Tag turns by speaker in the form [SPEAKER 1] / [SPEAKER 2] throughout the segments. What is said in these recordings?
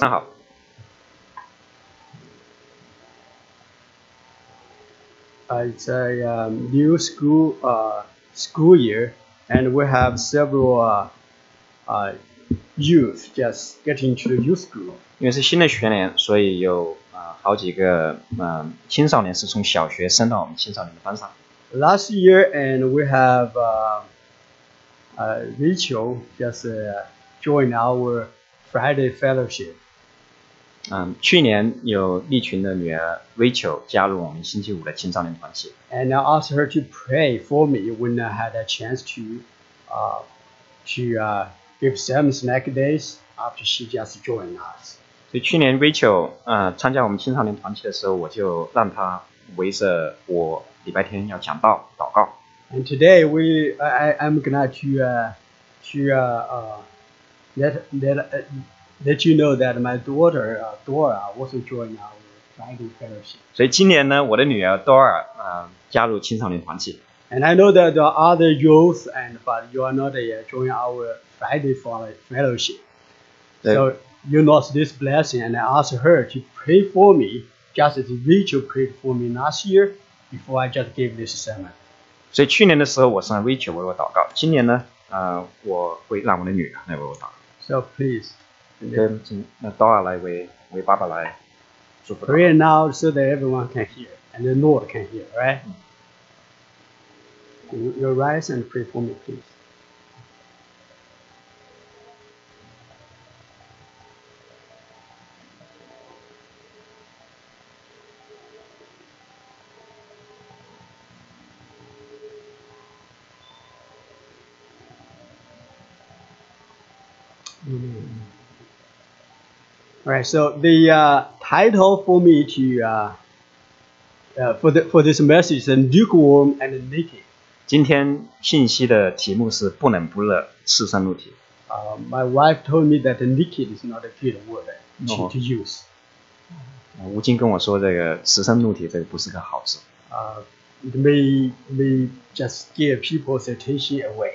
[SPEAKER 1] 上好，
[SPEAKER 2] Uh, it's a um, new school uh, school year, and we have several uh, uh, youth just getting to the youth group.
[SPEAKER 1] 因为是新的学年，所以有啊、呃好几个嗯、呃青少年是从小学升到我们青少年的班上。
[SPEAKER 2] Last year, and we have uh, uh, Rachel just uh, joined our Friday fellowship.
[SPEAKER 1] 嗯，去年有利群的女儿 Rachel 加入我们星期五的青少年团体，
[SPEAKER 2] and I asked her to pray for me when I had a chance to uh, to uh, give some snack days after she just joined us.
[SPEAKER 1] 所以去年 Rachel 呃参加我们青少年团体的时候，我就让她围着我礼拜天要讲道祷告。
[SPEAKER 2] And today we I, I- I'm gonna to uh, to uh, uh, let let uh, let you know that my daughter uh, Dora also joined our Bible fellowship.
[SPEAKER 1] 所以今年呢，我的女儿 Dora 呃加入青少年团体，
[SPEAKER 2] And I know that there are other youth, and but you are not uh, joining our Friday follow- fellowship.
[SPEAKER 1] 对
[SPEAKER 2] So you lost this blessing, and I asked her to pray for me, just as Rachel prayed for me last year before I just gave this sermon.
[SPEAKER 1] 所以去年的时候我是让 Rachel 为我祷告，今年呢，呃，我会让我的女儿来为我祷告。
[SPEAKER 2] So please
[SPEAKER 1] 跟请那 Dora 来为为爸爸来祝福他。
[SPEAKER 2] pray now so that everyone can hear and the Lord can hear, right? You, you rise and pray for me, please. Amen. All right. So the uh, title for me to uh, uh, for the for this message is lukewarm and naked.
[SPEAKER 1] 今天信息的题目是不冷不热，赤身露体。
[SPEAKER 2] Uh, my wife told me that naked is not a good word to,
[SPEAKER 1] No.
[SPEAKER 2] to use.
[SPEAKER 1] 呃吴京跟我说，这个赤身露体这个不是个好字，
[SPEAKER 2] Uh, it may may just give people's attention away.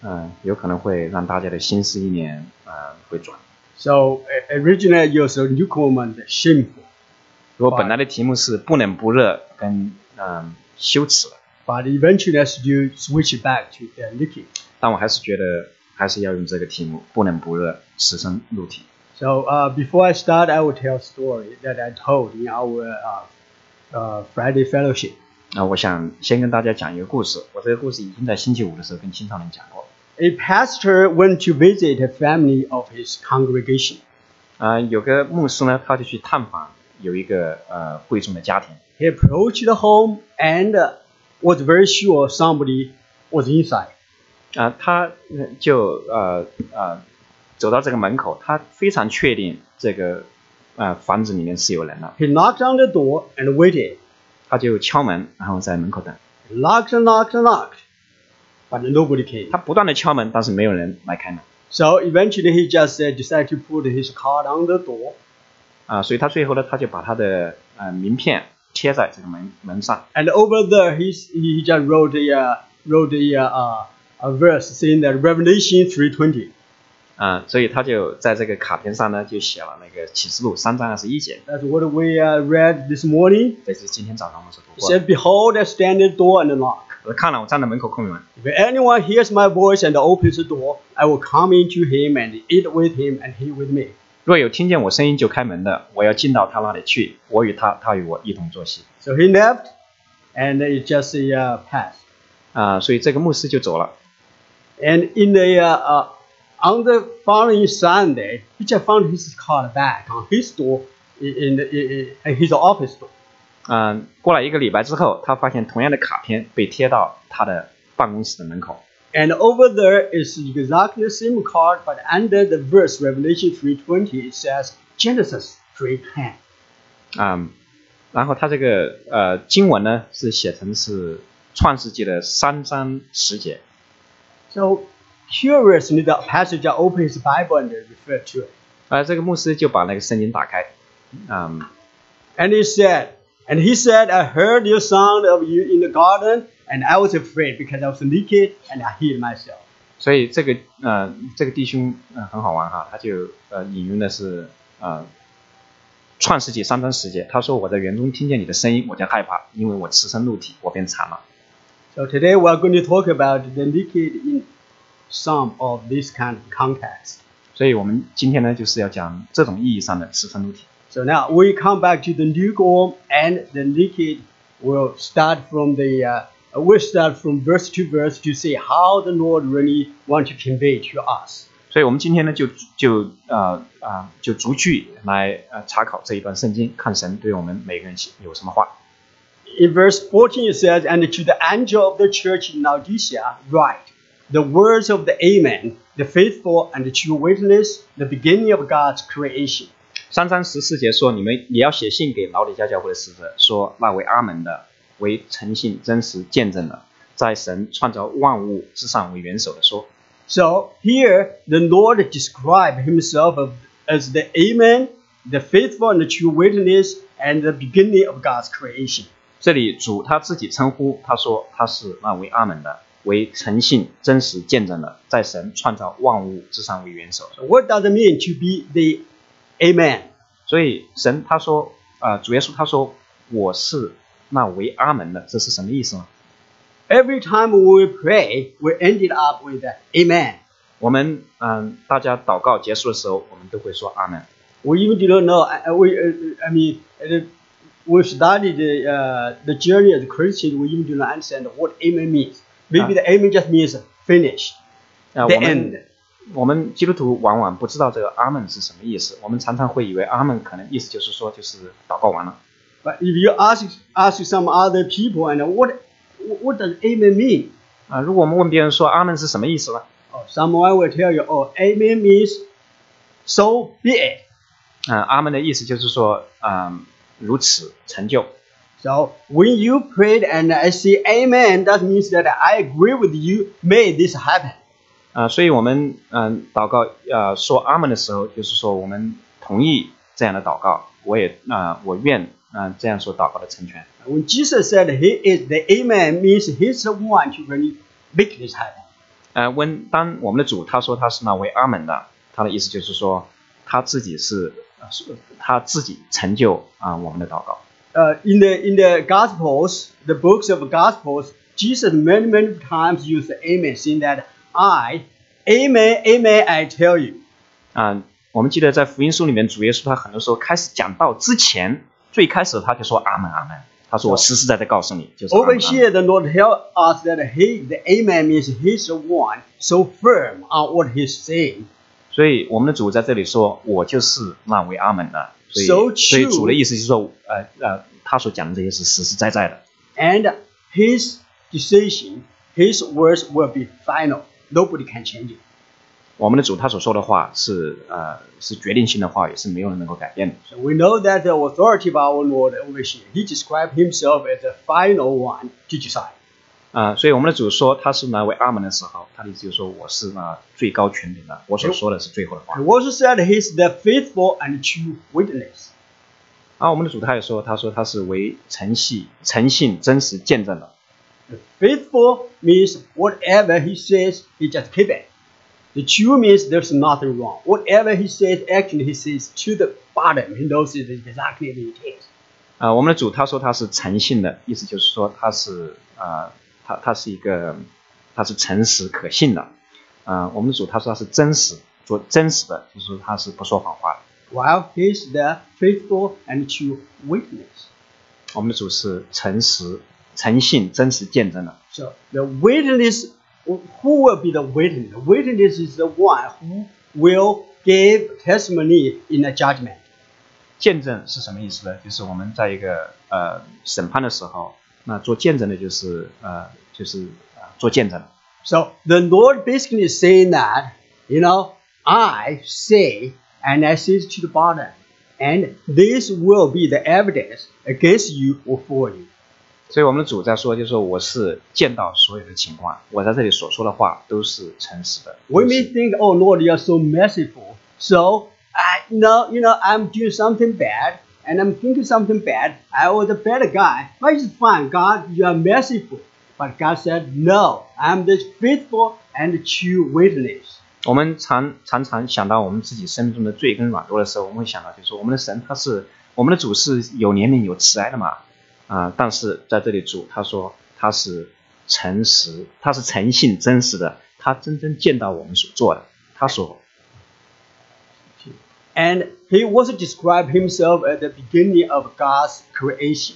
[SPEAKER 1] 嗯、有可能会让大家的心思意念呃会转。
[SPEAKER 2] So uh, originally it was lukewarm and shameful,
[SPEAKER 1] 如果本来的题目是不冷不热跟嗯、羞耻，
[SPEAKER 2] but eventually I still switch it back to uh, naked.
[SPEAKER 1] 但我还是觉得还是要用这个题目不冷不热，赤身露体。
[SPEAKER 2] So uh, before I start, I will tell a story that I told in our uh, uh, Friday fellowship.
[SPEAKER 1] 那、呃我想先跟大家讲一个故事，我这个故事已经在星期五的时候跟青少年讲过。
[SPEAKER 2] A pastor went to visit a family of his congregation.
[SPEAKER 1] 啊、有个牧师呢，他就去探访有一个呃贵重的家庭，
[SPEAKER 2] He approached the home and uh, was very sure somebody was inside.
[SPEAKER 1] 啊、他呃就呃呃走到这个门口，他非常确定这个呃房子里面是有人了，
[SPEAKER 2] He knocked on the door and waited.
[SPEAKER 1] 他就敲门，然后在门口等。
[SPEAKER 2] Knocked and knocked and knocked. But nobody came.
[SPEAKER 1] 他不断的敲门，但是没有人来开门
[SPEAKER 2] So eventually he just uh, decided to put his card on the door
[SPEAKER 1] 啊、所以他最后呢，他就把他的呃名片贴在这个门门上，
[SPEAKER 2] And over there, he, he just wrote the uh, wrote the uh, uh, a verse saying that Revelation three twenty.
[SPEAKER 1] 啊、所以他就在这个卡片上呢，就写了那个启示录三章二十一节，
[SPEAKER 2] That's what we uh, read this morning.
[SPEAKER 1] 这是今天早上我们所读
[SPEAKER 2] It
[SPEAKER 1] 过的。
[SPEAKER 2] said, "Behold, I stand at the door and knock.
[SPEAKER 1] 我看了，我站在门口叩门。
[SPEAKER 2] If anyone hears my voice and opens the door, I will come into him and eat with him, and he with me."
[SPEAKER 1] 若有听见我声音就开门的，我要进到他那里去，我与他，他与我一同作息。
[SPEAKER 2] So he left, and it just uh, passed.
[SPEAKER 1] 啊、所以这个牧师就走了。
[SPEAKER 2] And in the uh, uh, on the following Sunday, he just found his card back on his door in, in, the, in, in his office door.
[SPEAKER 1] 嗯、过了一个礼拜之后，他发现同样的卡片被贴到他的办公室的门口。
[SPEAKER 2] And over there is exactly the same card, but under the verse Revelation 3:20, it says Genesis 3:10.
[SPEAKER 1] 啊、然后他这个呃经文呢是写成是创世纪的三章十节。
[SPEAKER 2] So curiously, the passage I opened his Bible and referred to it,
[SPEAKER 1] 啊、这个牧师就把那个圣经打开，嗯、
[SPEAKER 2] and he said, and he said, I heard your sound of you in the garden, and I was afraid because I was naked and I hid myself.
[SPEAKER 1] 所以这个呃这个弟兄呃很好玩哈，他就呃引用的是呃创世纪三章十节，他说：“我在园中听见你的声音，我就害怕，因为我赤身露体，我便馋了。
[SPEAKER 2] So today we are going to talk about the naked in some of this kind of context. ”
[SPEAKER 1] 所以我们今天呢，就是要讲这种意义上的赤身露体。
[SPEAKER 2] So now we come back to the new Gorm and the naked. We'll start from the uh, we'll start from verse to verse to see how the Lord really wants to convey to us.
[SPEAKER 1] 所以我们今天呢，就就呃啊、呃就逐句来呃查考这一段圣经，看神对我们每个人有什么话。
[SPEAKER 2] In verse 14 it says, And to the angel of the church in Laodicea write, The words of the Amen, the faithful and the true witness, the beginning of God's creation.
[SPEAKER 1] 三章十四节说：“你们也要写信给老底家教会的使者，说那为阿门的，为诚信真实见证的，在神创造万物之上为元首的说。
[SPEAKER 2] So here the Lord described himself of- as the Amen, the faithful and the true witness, and the beginning of God's creation. ”
[SPEAKER 1] 这里主他自己称呼他说他是那为阿门的，为诚信真实见证的，在神创造万物之上为元首的。
[SPEAKER 2] So what does it mean to be the Amen?
[SPEAKER 1] 所以神他说啊、呃主耶稣他说我是那为阿门的，这是什么意思呢？
[SPEAKER 2] Every time we pray, we ended up with the Amen.
[SPEAKER 1] 我们嗯、大家祷告结束的时候，我们都会说阿门。
[SPEAKER 2] We even do not know. I, I- we, uh, I mean, uh, we studied the, uh, the journey as a Christian. We even do not understand what Amen means. Maybe the Amen just means finished.
[SPEAKER 1] 啊、
[SPEAKER 2] The
[SPEAKER 1] 我们
[SPEAKER 2] end.
[SPEAKER 1] 我们基督徒往往不知道这个阿门是什么意思，我们常常会以为阿门可能意思就是说就是祷告完了。
[SPEAKER 2] But if you ask ask some other people and what what does amen mean?
[SPEAKER 1] 啊、如果我们问别人说阿门是什么意思呢？
[SPEAKER 2] Oh, someone will tell you, oh, amen means so be it.
[SPEAKER 1] 嗯、阿门的意思就是说，嗯、如此成就。
[SPEAKER 2] So when you prayed and I say amen, that means that I agree with you. May this happen.
[SPEAKER 1] 啊、所以我们嗯、祷告呃说阿门的时候，就是说我们同意这样的祷告，我也啊、我愿啊、这样所祷告的成全。
[SPEAKER 2] When Jesus said he is the amen, means he's the one to really make this happen.
[SPEAKER 1] 呃，温当我们的主他说他是那位阿门的，他的意思就是说他自己是呃是他自己成就啊、我们的祷告。
[SPEAKER 2] Uh, in the in the Gospels, the books of Gospels, Jesus many many times used the amen, saying that I, amen, amen, I tell you.
[SPEAKER 1] 啊、我们记得在福音书里面，主耶稣他很多时候开始讲道之前，最开始他就说阿门阿门，他说我实实在在告诉你，就是阿
[SPEAKER 2] Over
[SPEAKER 1] 门阿门
[SPEAKER 2] here, the Lord tell us that He, the Amen, means He's the one so firm on what He's saying.
[SPEAKER 1] 所以我们的主在这里说，我就是那位阿门的。所以
[SPEAKER 2] So true
[SPEAKER 1] 所以主的意思就是说，呃呃，他所讲的这些是实实在在的。
[SPEAKER 2] And His decision, His words will be final. Nobody can change it.
[SPEAKER 1] 我们的主他所说的话是呃是决定性的话语，是没有人能够改变的。
[SPEAKER 2] So we know that the authority of our Lord over here, He described Himself as the final one to decide.
[SPEAKER 1] 啊、所以我们的主说他是那位阿门的时候，他的意思就是说我是那最高权柄的，我
[SPEAKER 2] 哎
[SPEAKER 1] 所说的是最后的话。
[SPEAKER 2] He also said He's the faithful and true witness.
[SPEAKER 1] 啊，我们的主他也说，他说他是为诚信、诚信、真实见证的。
[SPEAKER 2] The faithful means whatever He says, He just keep it. The true means there's nothing wrong. Whatever He says, actually He says to the bottom. He knows it is exactly the intent.
[SPEAKER 1] 啊、我们的主他说他是诚信的，意思就是说他是啊、他他是一个他是诚实可信的。啊、我们的主他说他是真实，做真实的，就是说他是不说谎话的。
[SPEAKER 2] While He's the faithful and true witness.
[SPEAKER 1] 我们的主是诚实、诚信、真实见证的。
[SPEAKER 2] So the witness, who will be the witness? The witness is the one who will give testimony in the judgment.
[SPEAKER 1] 见证是什么意思呢？就是我们在一个呃审判的时候，那做见证的就是呃就是、呃、做见证。
[SPEAKER 2] So the Lord basically is saying that, you know, I say, and I say to the bottom, and this will be the evidence against you or for you.
[SPEAKER 1] 所以我们的主在说，就是说我是见到所有的情况，我在这里所说的话都是诚实的。
[SPEAKER 2] We
[SPEAKER 1] 都
[SPEAKER 2] may
[SPEAKER 1] 是
[SPEAKER 2] think, oh Lord, you're so merciful. So I know, you know, I'm doing something bad and I'm thinking something bad. I was a bad guy. But it's fine, God, you are merciful. But God said, no, I'm the faithful and true witness.
[SPEAKER 1] 我们常常常想到我们自己生命中的罪跟软弱的时候，我们会想到就是说我们的神他是我们的主是有怜悯有慈爱的嘛啊、但是在这里主他说他是诚实，他是诚信真实的，他真正见到我们所做的，他所
[SPEAKER 2] And he also described himself at the beginning of God's creation.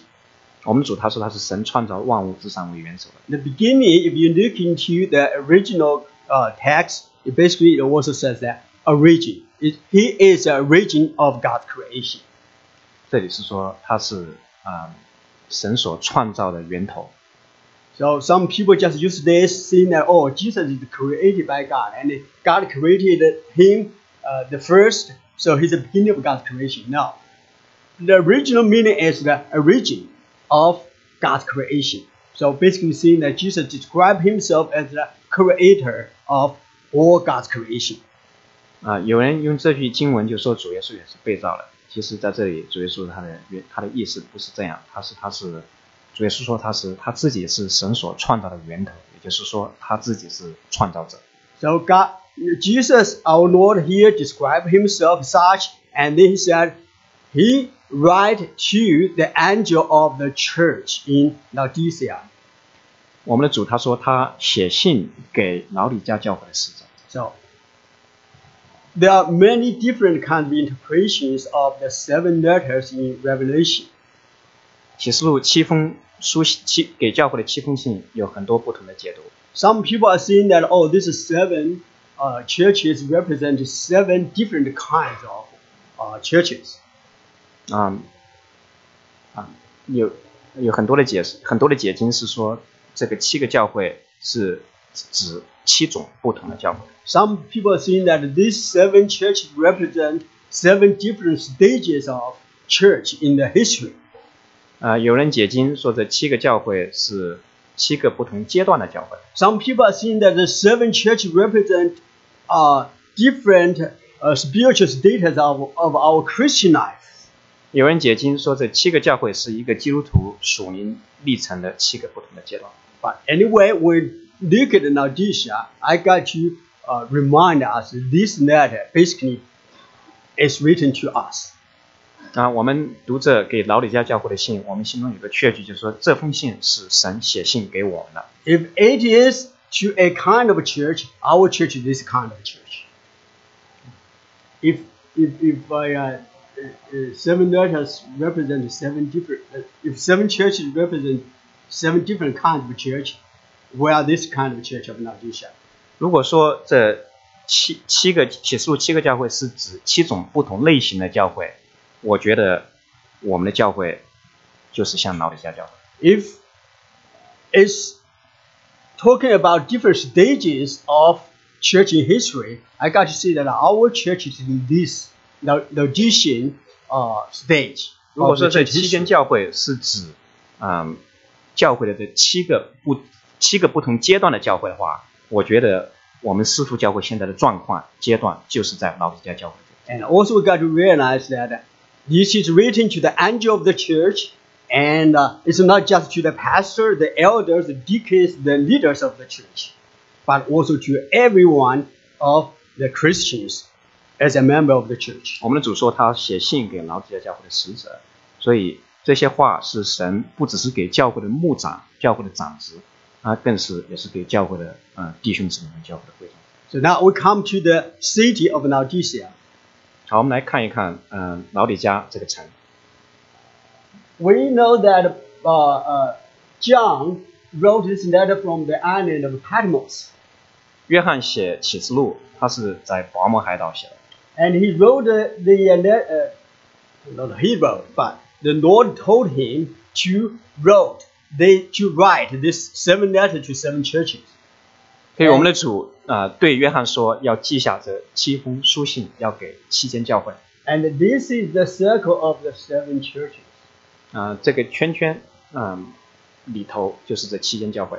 [SPEAKER 1] 我们主他说他是神创造万物之上为元首的。
[SPEAKER 2] The beginning, if you look into the original uh, text, it basically it also says that origin. It, he is the origin of God's creation.
[SPEAKER 1] 这里是说他是啊、神所创造的源头。
[SPEAKER 2] So some people just use this, saying that oh, Jesus is created by God, and God created him uh, the first, so he's the beginning of God's creation. No, the original meaning is the origin of God's creation. So basically, saying that Jesus described himself as the creator of all God's creation.
[SPEAKER 1] 啊、有人用这句经文就说主耶稣也是被造的，其实在这里主耶稣他的原他的意思不是这样，他是他是主耶稣说他是他自己是神所创造的源头，也就是说他自己是创造者。
[SPEAKER 2] So God, Jesus, our Lord here described himself such, and then he said, he write to the angel of the church in Laodicea.
[SPEAKER 1] 我们的主他说他写信给老底家教会的使者，
[SPEAKER 2] So there are many different kind of interpretations of the seven letters in Revelation.
[SPEAKER 1] 启示录七封书信七给教会的七封信有很多不同的解读。
[SPEAKER 2] Some people are saying that oh, this is seven uh, churches represent seven different kinds of uh, churches.
[SPEAKER 1] 啊啊，有有很多的解释，很多的解经是说这个七个教会是指七种不同的教会。
[SPEAKER 2] Some people are saying that these seven churches represent seven different stages of church in the history.
[SPEAKER 1] 啊，有人解经说这七个教会是七个不同阶段的教会。
[SPEAKER 2] Some people are saying that the seven churches represent uh, different uh, spiritual status of, of our Christian life.
[SPEAKER 1] 有人解经说这七个教会是一个基督徒属灵历程的七个不同的阶段。
[SPEAKER 2] But anyway, when look at Laodicea, I got to uh, remind us this letter basically is written to us.
[SPEAKER 1] 啊，我们读者给老底家教会的信，我们心中有个确据，就是说这封信是神写信给我们的。
[SPEAKER 2] If it is to a kind of church, our church is this kind of church. If if if I, uh, uh, uh, seven letters represent seven different, uh, if seven churches represent seven different kinds of church, we are this kind of church of Laodicea.
[SPEAKER 1] 如果说这七七个启示录七个教会是指七种不同类型的教会，我觉得我们的教会就是像老底家教会。
[SPEAKER 2] If it's talking about different stages of church in history, I got to say that our church is in this Lao- Laodicean uh, stage.
[SPEAKER 1] 如果
[SPEAKER 2] of
[SPEAKER 1] 说
[SPEAKER 2] the
[SPEAKER 1] 这
[SPEAKER 2] church
[SPEAKER 1] 七
[SPEAKER 2] history.
[SPEAKER 1] 间教会是指，嗯，教会的这七个不七个不同阶段的教会的话，我觉得我们师傅教会现在的状况阶段就是在老底家教会这里。
[SPEAKER 2] And also, we got to realize that this is written to the angel of the church, and uh, it's not just to the pastor, the elders, the deacons, the leaders of the church, but also to everyone of the Christians as a member of the church.
[SPEAKER 1] 我们的主说他写信给老底家教会的使者，所以这些话是神不只是给教会的牧长、教会的长子，啊，更是也是给教会的呃弟兄姊妹们、教会的会众。
[SPEAKER 2] So now we come to the city of Laodicea.
[SPEAKER 1] 好，我们来看一看，嗯、老底家这个城，
[SPEAKER 2] We know that uh, uh, John wrote this letter from the island of Patmos.
[SPEAKER 1] 约翰写启示录，他是在保摩海岛写的。
[SPEAKER 2] And he wrote the, the uh, le- uh, not he wrote, but the Lord told him to wrote they to write this seven letter to seven churches.
[SPEAKER 1] 所以我们的主啊、呃对约翰说，要记下这七封书信，要给七间教会。
[SPEAKER 2] And this is the circle of the seven churches.
[SPEAKER 1] 啊、这个圈圈，嗯、里头就是这七间教会。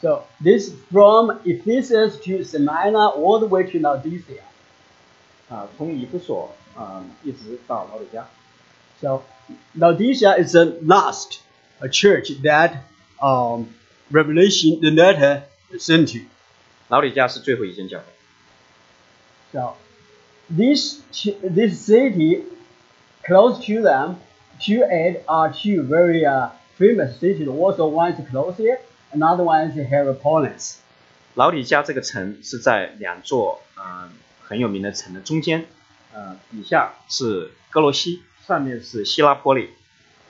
[SPEAKER 2] So this from Ephesus to Smyrna all the way to Laodicea.
[SPEAKER 1] 啊、从以弗所啊、一直到老底家。
[SPEAKER 2] So Laodicea is the last a church that um, Revelation the letter sent to.
[SPEAKER 1] 老底家是最后一间教会。
[SPEAKER 2] So this chi- this city close to them, to it are two very uh, famous cities. Also, one is close here, another one is Hierapolis.
[SPEAKER 1] 老底加这个城是在两座嗯很有名的城的中间，呃，底下是哥罗西，上面是希拉波利。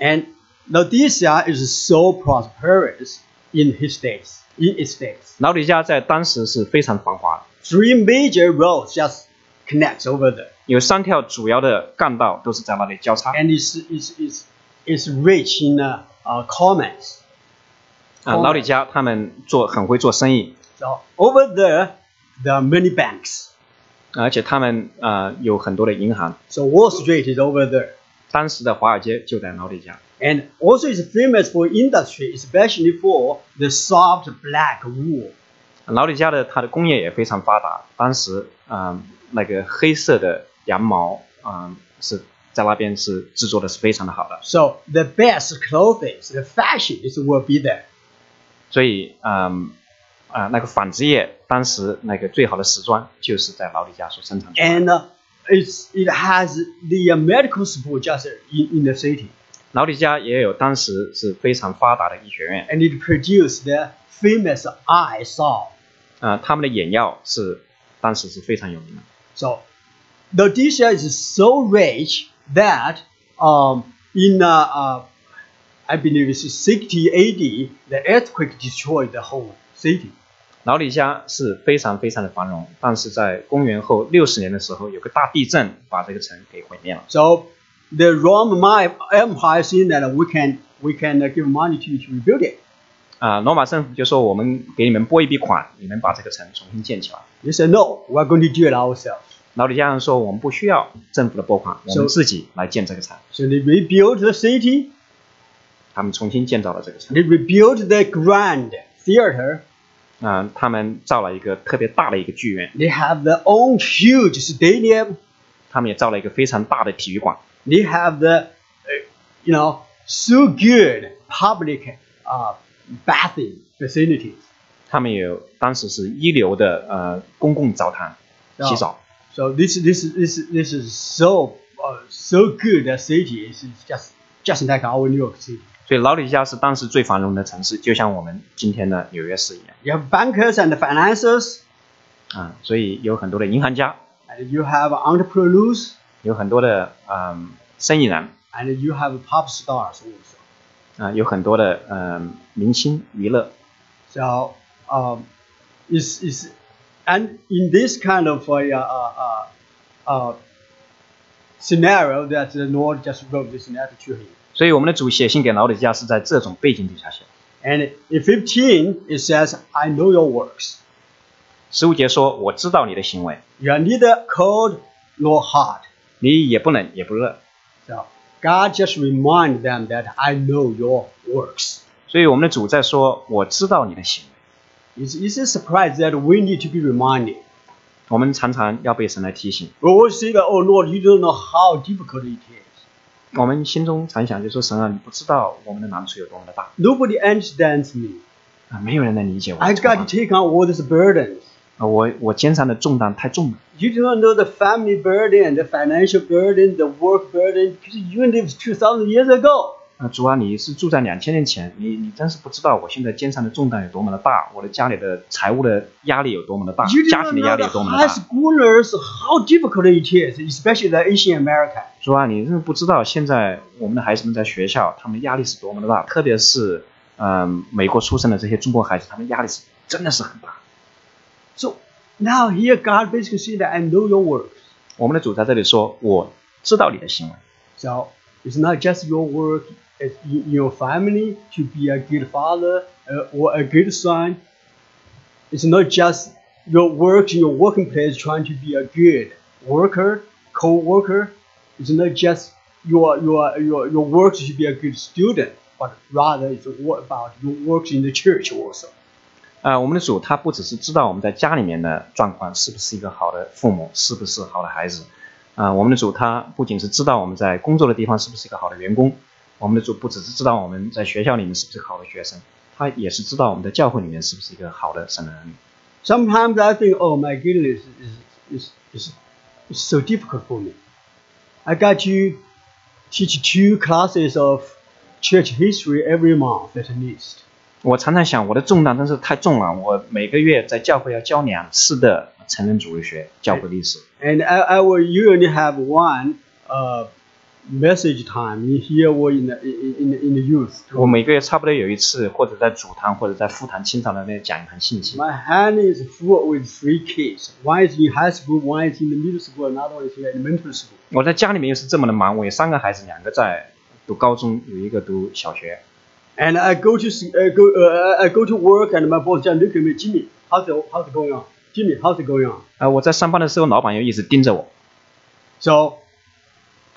[SPEAKER 2] And Laodicea is so prosperous in his days. In its days,
[SPEAKER 1] 老底加在当时是非常繁华的，
[SPEAKER 2] three major roads just connects over there,
[SPEAKER 1] 有三条主要的干道都是在那里交叉。
[SPEAKER 2] and it's it's it's, it's rich in uh, uh, commerce.
[SPEAKER 1] 啊、老底加他们做很会做生意，
[SPEAKER 2] So over there, there are many banks.
[SPEAKER 1] 啊而且他们呃有很多的银行。
[SPEAKER 2] So Wall Street is over there.
[SPEAKER 1] 当时的华尔街就在老底加，
[SPEAKER 2] And also it's famous for industry, especially for the soft black wool.
[SPEAKER 1] 老底加的它的工业也非常发达。当时嗯、那个黑色的羊毛嗯、是在那边是制作的是非常的好的，
[SPEAKER 2] So the best clothes, the fashion is will be there.
[SPEAKER 1] 所以嗯啊、那个纺织业当时那个最好的时装就是在老底加所生产出来的。
[SPEAKER 2] And uh, it's, it has the uh, medical school just in, in the city.
[SPEAKER 1] 老底加也有当时是非常发达的医学院，
[SPEAKER 2] And it produced the famous eye salve.
[SPEAKER 1] 啊、他们的眼药是当时是非常有名的。
[SPEAKER 2] So Laodicea is so rich that um, in, uh, uh, I believe it's 60 AD, the earthquake destroyed the whole city.
[SPEAKER 1] 老底加是非常非常的繁荣，但是在公元后六十年的时候，有个大地震把这个城给毁灭了。
[SPEAKER 2] So the Roman mi- Empire seen that we can we can uh, give money to you to rebuild it.
[SPEAKER 1] 啊、罗马政府就说我们给你们拨一笔款，你们把这个城重新建起来。
[SPEAKER 2] They said no, we're going to do it ourselves.
[SPEAKER 1] 老底加人说我们不需要政府的拨款，我们自己来建这个城。
[SPEAKER 2] So they rebuilt the city.
[SPEAKER 1] 他们重新建造了这个城，
[SPEAKER 2] They rebuilt the grand theater.
[SPEAKER 1] 嗯、他们造了一个特别大的一个剧院，
[SPEAKER 2] They have their own huge stadium.
[SPEAKER 1] 他们也造了一个非常大的体育馆。
[SPEAKER 2] They have the uh, you know so good public uh, bathing facilities.
[SPEAKER 1] 他们有当时是一流的呃公共澡堂洗澡，
[SPEAKER 2] So this this this this is so uh, so good a city. It's it's just just like our New York City.
[SPEAKER 1] 所以老底加是当时最繁荣的城市，就像我们今天的纽约市一样
[SPEAKER 2] You have bankers and financiers,
[SPEAKER 1] 啊、所以有很多的银行家，
[SPEAKER 2] and you have entrepreneurs,
[SPEAKER 1] 有很多的嗯、生意人啊、
[SPEAKER 2] and you have pop stars also.
[SPEAKER 1] 有很多的嗯、明星娱乐
[SPEAKER 2] So, um, it's, it's, and in this kind of a, uh, uh, uh, scenario that the Lord just wrote this letter to him.
[SPEAKER 1] 所以我们的主写信给老底加是在这种背景底下写。
[SPEAKER 2] And in 15, it says, I know your works.
[SPEAKER 1] 十五节说：“我知道你的行为，
[SPEAKER 2] You are neither cold nor hot.
[SPEAKER 1] 你也不冷也不热。
[SPEAKER 2] So, God just remind them that I know your works. ”
[SPEAKER 1] 所以我们的主在说：“我知道你的行为。
[SPEAKER 2] It's, it's a surprise that we need to be reminded. ”
[SPEAKER 1] 我们常常要被神来提醒，
[SPEAKER 2] We always say that, oh Lord, you don't know how difficult it is.
[SPEAKER 1] 我们心中常想就说：“神啊，你不知道我们的难处有多么的大
[SPEAKER 2] Nobody understands me.
[SPEAKER 1] 啊！没有人能理解我
[SPEAKER 2] I
[SPEAKER 1] 的
[SPEAKER 2] got
[SPEAKER 1] 状
[SPEAKER 2] to take on all these burdens.
[SPEAKER 1] 况，我我肩上的重担太重了。
[SPEAKER 2] You don't know the family burden, the financial burden, the work burden, because you lived 2,000 years ago.
[SPEAKER 1] 啊，主啊，你是住在两千年前，你你真是不知道我现在肩上的重担有多么的大，我的家里的财务的压力有多么的大，
[SPEAKER 2] You
[SPEAKER 1] 家
[SPEAKER 2] don't
[SPEAKER 1] 庭的压
[SPEAKER 2] know
[SPEAKER 1] 力
[SPEAKER 2] the
[SPEAKER 1] 有多么的
[SPEAKER 2] high
[SPEAKER 1] 大。
[SPEAKER 2] schoolers how difficult it is, especially the Asian American.
[SPEAKER 1] 主啊，你真的不知道现在我们的孩子们在学校，他们压力是多么的大，特别是嗯、美国出生的这些中国孩子，他们压力是真的是很大。
[SPEAKER 2] So now here God basically said that I know your works.
[SPEAKER 1] 我们的主在这里说，我知道你的行为，
[SPEAKER 2] So it's not just your work it's in in your family to be a good father uh, or a good son. It's not just your work in your working place trying to be a good worker, co-worker. It's not just your your your, your work to be a good student, but rather it's what about your work in the church also.
[SPEAKER 1] 啊，我们的主他不只是知道我们在家里面的状况是不是一个好的父母，是不是好的孩子，啊、我们的主他不仅是知道我们在工作的地方是不是一个好的员工，我们的主不只是知道我们在学校里面是不是个好的学生，他也是知道我们在教会里面是不是一个好的神的儿女。
[SPEAKER 2] Sometimes I think, oh my goodness, is is is is so difficult for me. I got to teach two classes of church history every month at least.
[SPEAKER 1] 我常常想，我的重担真是太重了。我每个月在教会要教两次的成人主日学、教会历史，
[SPEAKER 2] And I, I will usually have one uh, message time in here or in the, in, in, in the youth.
[SPEAKER 1] 我每个月差不多有一次，或者在主堂，或者在副堂、清堂的那讲一堂信息。
[SPEAKER 2] My hand is full with three kids. One is in high school, one is in the middle school, another one is in elementary school.
[SPEAKER 1] 我在家里面又是这么的忙，我有三个孩子，两个在读高中，有一个读小学。
[SPEAKER 2] And I go to s- uh, go uh, I- I go to work, and my boss just look at me, Jimmy, how's it, how's it going on? Jimmy, how's it going on?
[SPEAKER 1] 啊，我在上班的时候，老板又一直盯着我。
[SPEAKER 2] So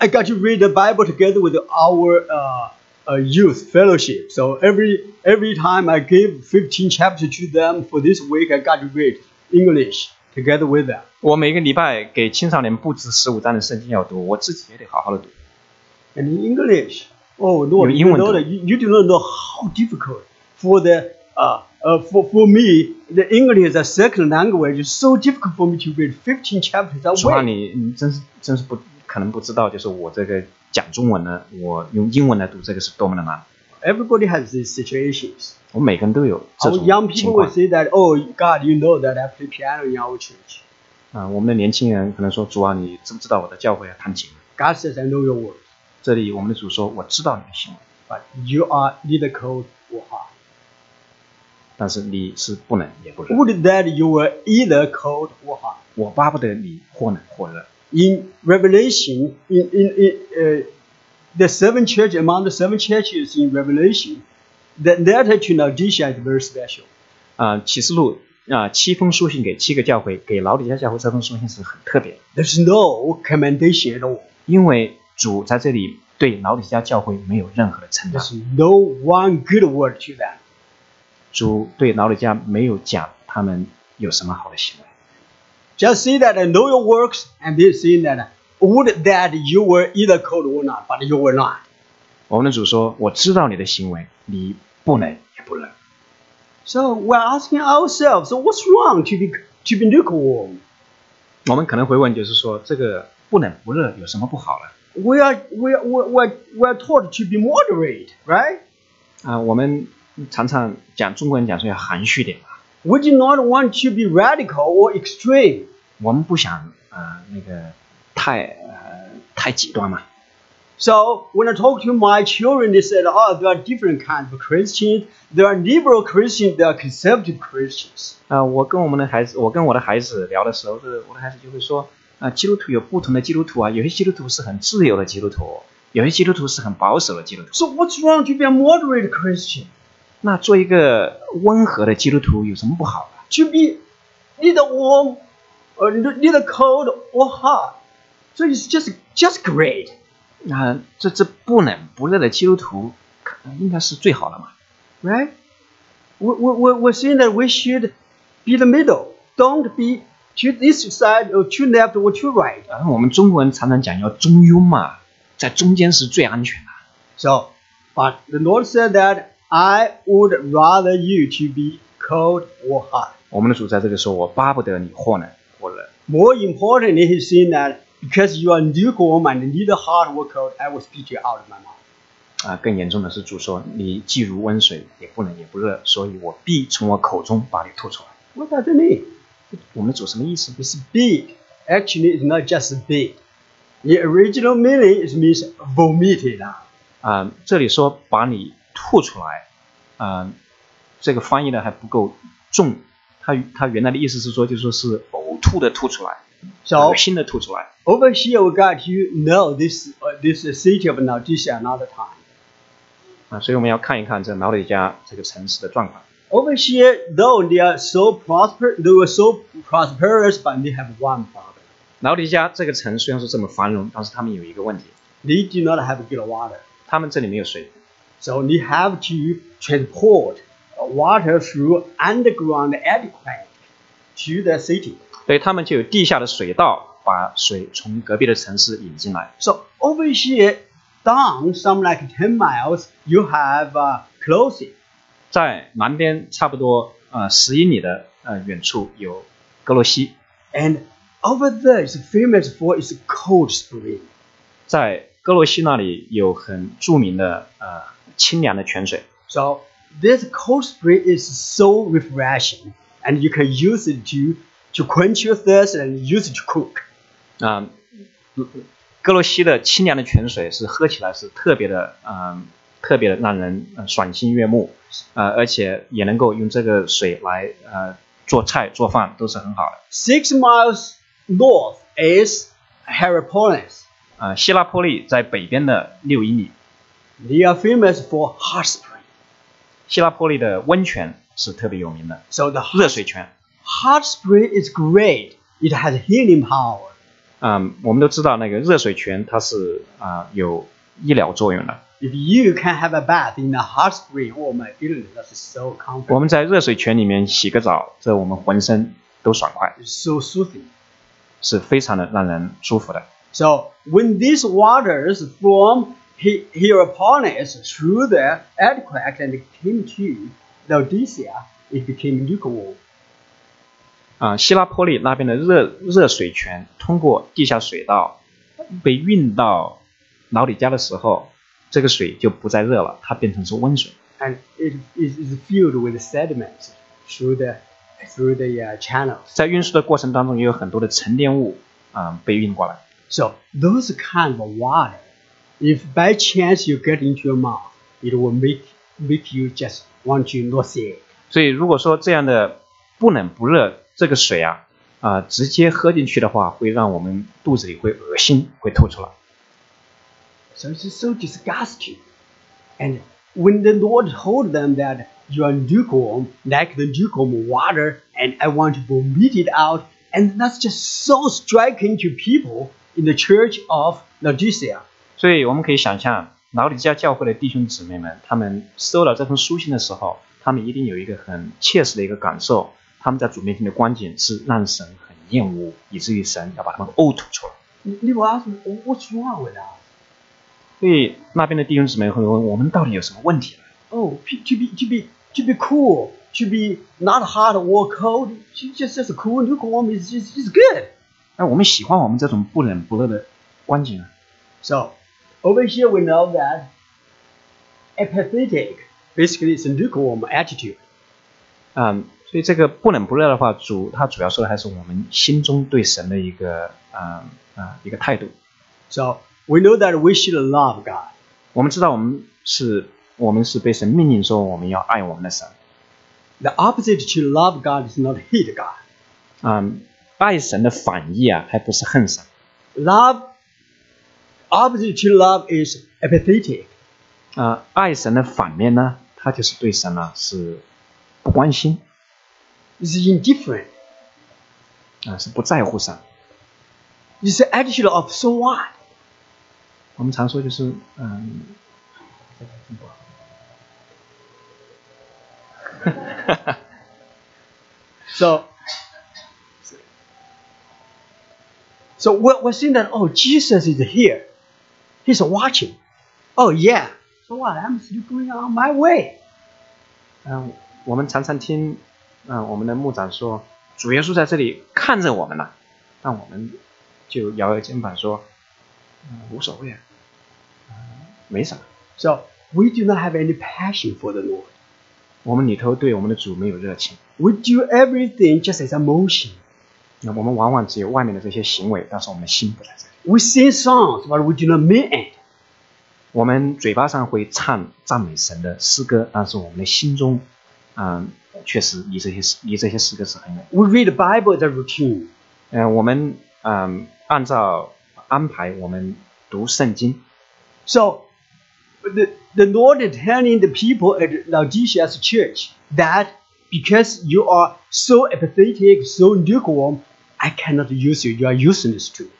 [SPEAKER 2] I got to read the Bible together with our uh, uh, youth fellowship. So every every time I give 15 chapters to them for this week, I got to read English together with them.
[SPEAKER 1] 我每个礼拜给青少年不止十五章的圣经要读，我自己也得好好的读。
[SPEAKER 2] And in English, oh
[SPEAKER 1] 有
[SPEAKER 2] Lord, you,
[SPEAKER 1] 英文
[SPEAKER 2] know
[SPEAKER 1] 读。
[SPEAKER 2] that, you, you do not know how difficult for the uh, uh, for, for me, the English as a second language is so difficult for me to read 15 chapters a
[SPEAKER 1] 说话
[SPEAKER 2] week.
[SPEAKER 1] 你你真是真是不可能不知道，就是我这个讲中文呢，我用英文来读这个是多么的难。
[SPEAKER 2] Everybody has these situations.
[SPEAKER 1] 我们每个人都有这
[SPEAKER 2] Our
[SPEAKER 1] 种
[SPEAKER 2] young
[SPEAKER 1] 情
[SPEAKER 2] people
[SPEAKER 1] 况
[SPEAKER 2] will
[SPEAKER 1] 啊、
[SPEAKER 2] say that, oh God, you know that I play piano in our church.
[SPEAKER 1] 啊我们的年轻人可能说：“主啊，你知不知道我在教会要弹琴
[SPEAKER 2] God says, I know your word,？”
[SPEAKER 1] 这里我们的主说：“我知道你的行为，
[SPEAKER 2] but you are neither cold or hot.
[SPEAKER 1] 但是你是不能也不热。
[SPEAKER 2] Would that you were either cold or hot.
[SPEAKER 1] 我巴不得你或冷或热。
[SPEAKER 2] in Revelation, in, in, in uh, the seven churches, among the seven churches in Revelation, the letter to Laodicea is very special. ”
[SPEAKER 1] 啊、启示录啊、七封书信给七个教会，给老底下教会这封书信是很特别的，
[SPEAKER 2] There's no commendation at all.
[SPEAKER 1] 因为主在这里对老底下教会没有任何的称赞
[SPEAKER 2] There's，no one good word to them.
[SPEAKER 1] 主对老底下没有讲他们有什么好的行为。
[SPEAKER 2] Just say that I know your works, and they say that would that you were either cold or not, but you were not.
[SPEAKER 1] 我们的主说：“我知道你的行为，你不能也不冷。
[SPEAKER 2] So we're asking ourselves, so what's wrong to be to be lukewarm? ”
[SPEAKER 1] 我们可能会问，就是说这个不冷不热有什么不好呢？
[SPEAKER 2] We are we are, we are, we are taught to be moderate, right?
[SPEAKER 1] 啊、我们常常讲中国人讲说要含蓄点嘛，
[SPEAKER 2] We do not want to be radical or extreme.
[SPEAKER 1] 我们不想呃那个太呃太极端嘛。
[SPEAKER 2] So when I talk to my children, they said, "Oh, there are different kinds of Christians. There are liberal Christians. There are conservative Christians."
[SPEAKER 1] 啊、我跟我们的孩子，我跟我的孩子聊的时候，这个我的孩子就会说，啊、基督徒有不同的基督徒啊，有些基督徒是很自由的基督徒，有些基督徒是很保守的基督徒。
[SPEAKER 2] So what's wrong to be a moderate Christian?
[SPEAKER 1] 那做一个温和的基督徒有什么不好呢？
[SPEAKER 2] To be neither warm, or neither cold or hot. So it's just just great.
[SPEAKER 1] 那、这这不冷不热的基督徒，可应该是最好的嘛。
[SPEAKER 2] right? We, we, we- we're saying that we should be the middle. Don't be to this side or to left or to right.
[SPEAKER 1] 然啊后我们中国人常常讲要中庸嘛，在中间是最安全的。
[SPEAKER 2] So, but the Lord said that I would rather you to be cold or hot.
[SPEAKER 1] 我们的主在这里说，我巴不得你或冷或热。
[SPEAKER 2] More importantly, he's saying that because you are lukewarm and neither hot or cold, I will spit you out of my mouth.
[SPEAKER 1] 啊，更严重的是主说，你既如温水，也不冷也不热，所以我必从我口中把你吐出来。
[SPEAKER 2] What does it mean?
[SPEAKER 1] 我们的主什么意思？
[SPEAKER 2] It's big. Actually, it's not just big. The original meaning is means vomited out.
[SPEAKER 1] 啊、这里说把你吐出来，啊、这个翻译的还不够重。它它原来的意思是说，就说是呕吐的吐出来，
[SPEAKER 2] So
[SPEAKER 1] 恶心的吐出来。
[SPEAKER 2] Over here, we got you know this uh, this city of Laodicea another time.
[SPEAKER 1] 啊，所以我们要看一看这老底家这个城市的状况。
[SPEAKER 2] Over here, though they are so prosper, they were so prosperous, but they have one problem:
[SPEAKER 1] 老底家这个城虽然是这么繁荣，但是他们有一个问题，
[SPEAKER 2] they do not have good water.
[SPEAKER 1] 他们这里没有水，
[SPEAKER 2] So they have to transport uh, water through underground aqueduct to the city.
[SPEAKER 1] 所以他们就有地下的水道，把水从隔壁的城市引进来。
[SPEAKER 2] So over here, down some like ten miles, you have uh, clothing.
[SPEAKER 1] 在南边差不多呃十英里的呃远处有格罗西，
[SPEAKER 2] And Over there is famous for its cold spring.
[SPEAKER 1] 在哥罗西那里有很著名的呃清凉的泉水，
[SPEAKER 2] So this cold spring is so refreshing, and you can use it to to quench your thirst and use it to cook.
[SPEAKER 1] 啊、哥罗西的清凉的泉水是喝起来是特别的，嗯、特别的让人呃赏心悦目，呃，而且也能够用这个水来呃做菜做饭都是很好的。
[SPEAKER 2] Six miles north is Herapolis.
[SPEAKER 1] 呃，希拉坡利在北边的六英里，
[SPEAKER 2] They are famous for hot spring.
[SPEAKER 1] 希拉坡利的温泉是特别有名的，
[SPEAKER 2] So the
[SPEAKER 1] 热
[SPEAKER 2] hot,
[SPEAKER 1] 水泉。
[SPEAKER 2] hot spring is great. It has healing power.
[SPEAKER 1] 嗯，我们都知道那个热水泉它是啊、有医疗作用的。
[SPEAKER 2] If you can have a bath in a hot spring, oh my goodness, that's so
[SPEAKER 1] 我
[SPEAKER 2] comforting.
[SPEAKER 1] 们在热水泉里面洗个澡，这我们浑身都爽快，
[SPEAKER 2] It's so soothing.
[SPEAKER 1] 是非常的让人舒服的。
[SPEAKER 2] So when these waters from He- Hieropolis through the Adquac and came to Laodicea, it became lukewarm.
[SPEAKER 1] 啊，希拉坡利那边的热热水泉通过地下水道被运到老底家的时候，这个水就不再热了，它变成是温水。
[SPEAKER 2] and it is is filled with sediment through the through the uh, channels.
[SPEAKER 1] 在运输的过程当中，也有很多的沉淀物啊、被运过来。
[SPEAKER 2] So those kind of water, if by chance you get into your mouth, it will make make you just want to not see it.
[SPEAKER 1] 所以如果说这样的不冷不热这个水啊啊、直接喝进去的话，会让我们肚子里会恶心，会吐出来。
[SPEAKER 2] So it's just so disgusting. And when the Lord told them that you are lukewarm, like the lukewarm water, and I want to vomit it out, and that's just so striking to people in the church of Laodicea.
[SPEAKER 1] 所以我们可以想象，老底家教会的弟兄姊妹们，他们收到这封书信的时候，他们一定有一个很切实的一个感受，他们在主面前的光景是让神很厌恶，以至于神要把他们呕吐出来。
[SPEAKER 2] They will ask, what's wrong with us?
[SPEAKER 1] 所以那边的弟兄姊妹会问：我们到底有什么问题呢？
[SPEAKER 2] Oh, p- to be to be to be cool, to be not hot or cold, to just just cool lukewarm is just is good.
[SPEAKER 1] 哎，我们喜欢我们这种不冷不热的光景啊。
[SPEAKER 2] So over here we know that apathetic basically is a lukewarm attitude.
[SPEAKER 1] 嗯，所以这个不冷不热的话，主他主要说的还是我们心中对神的一个啊啊、一个态度。
[SPEAKER 2] So we know that we should love God.
[SPEAKER 1] 我们知道我们是我们是被神命令说我们要爱我们的神。
[SPEAKER 2] The opposite to love God is not hate God.
[SPEAKER 1] 嗯，爱神的反义啊，还不是恨神
[SPEAKER 2] Love opposite to love is apathetic.
[SPEAKER 1] 啊、呃爱神的反面呢，他就是对神呢、是不关心
[SPEAKER 2] It's indifferent.
[SPEAKER 1] 啊、是不在乎神。
[SPEAKER 2] It's the attitude of so what?
[SPEAKER 1] 我们常说就是嗯，
[SPEAKER 2] So, so we're, we're seeing that, oh, Jesus is here. He's watching. Oh, yeah. So what? I'm still going on my way.
[SPEAKER 1] 嗯、我们常常听嗯、我们的牧长说，主耶稣在这里看着我们呢、那我们就摇摇肩膀说，嗯、无所谓啊，嗯没什么。
[SPEAKER 2] So we do not have any passion for the Lord.
[SPEAKER 1] 我们里头对我们的主没有热情，
[SPEAKER 2] We do everything just as emotion.
[SPEAKER 1] 那我们往往只有外面的这些行为，但是我们的心不在这里。
[SPEAKER 2] We sing songs, but we do not mean it.
[SPEAKER 1] 我们嘴巴上会唱赞美神的诗歌，但是我们的心中，嗯，确实离这些诗离这些诗歌是很远。
[SPEAKER 2] We read the Bible as a routine.
[SPEAKER 1] 嗯、我们嗯按照安排，我们读圣经。
[SPEAKER 2] So the, the Lord is telling the people at Laodicea's church that because you are so apathetic, so lukewarm, I cannot use you. You are useless to. me.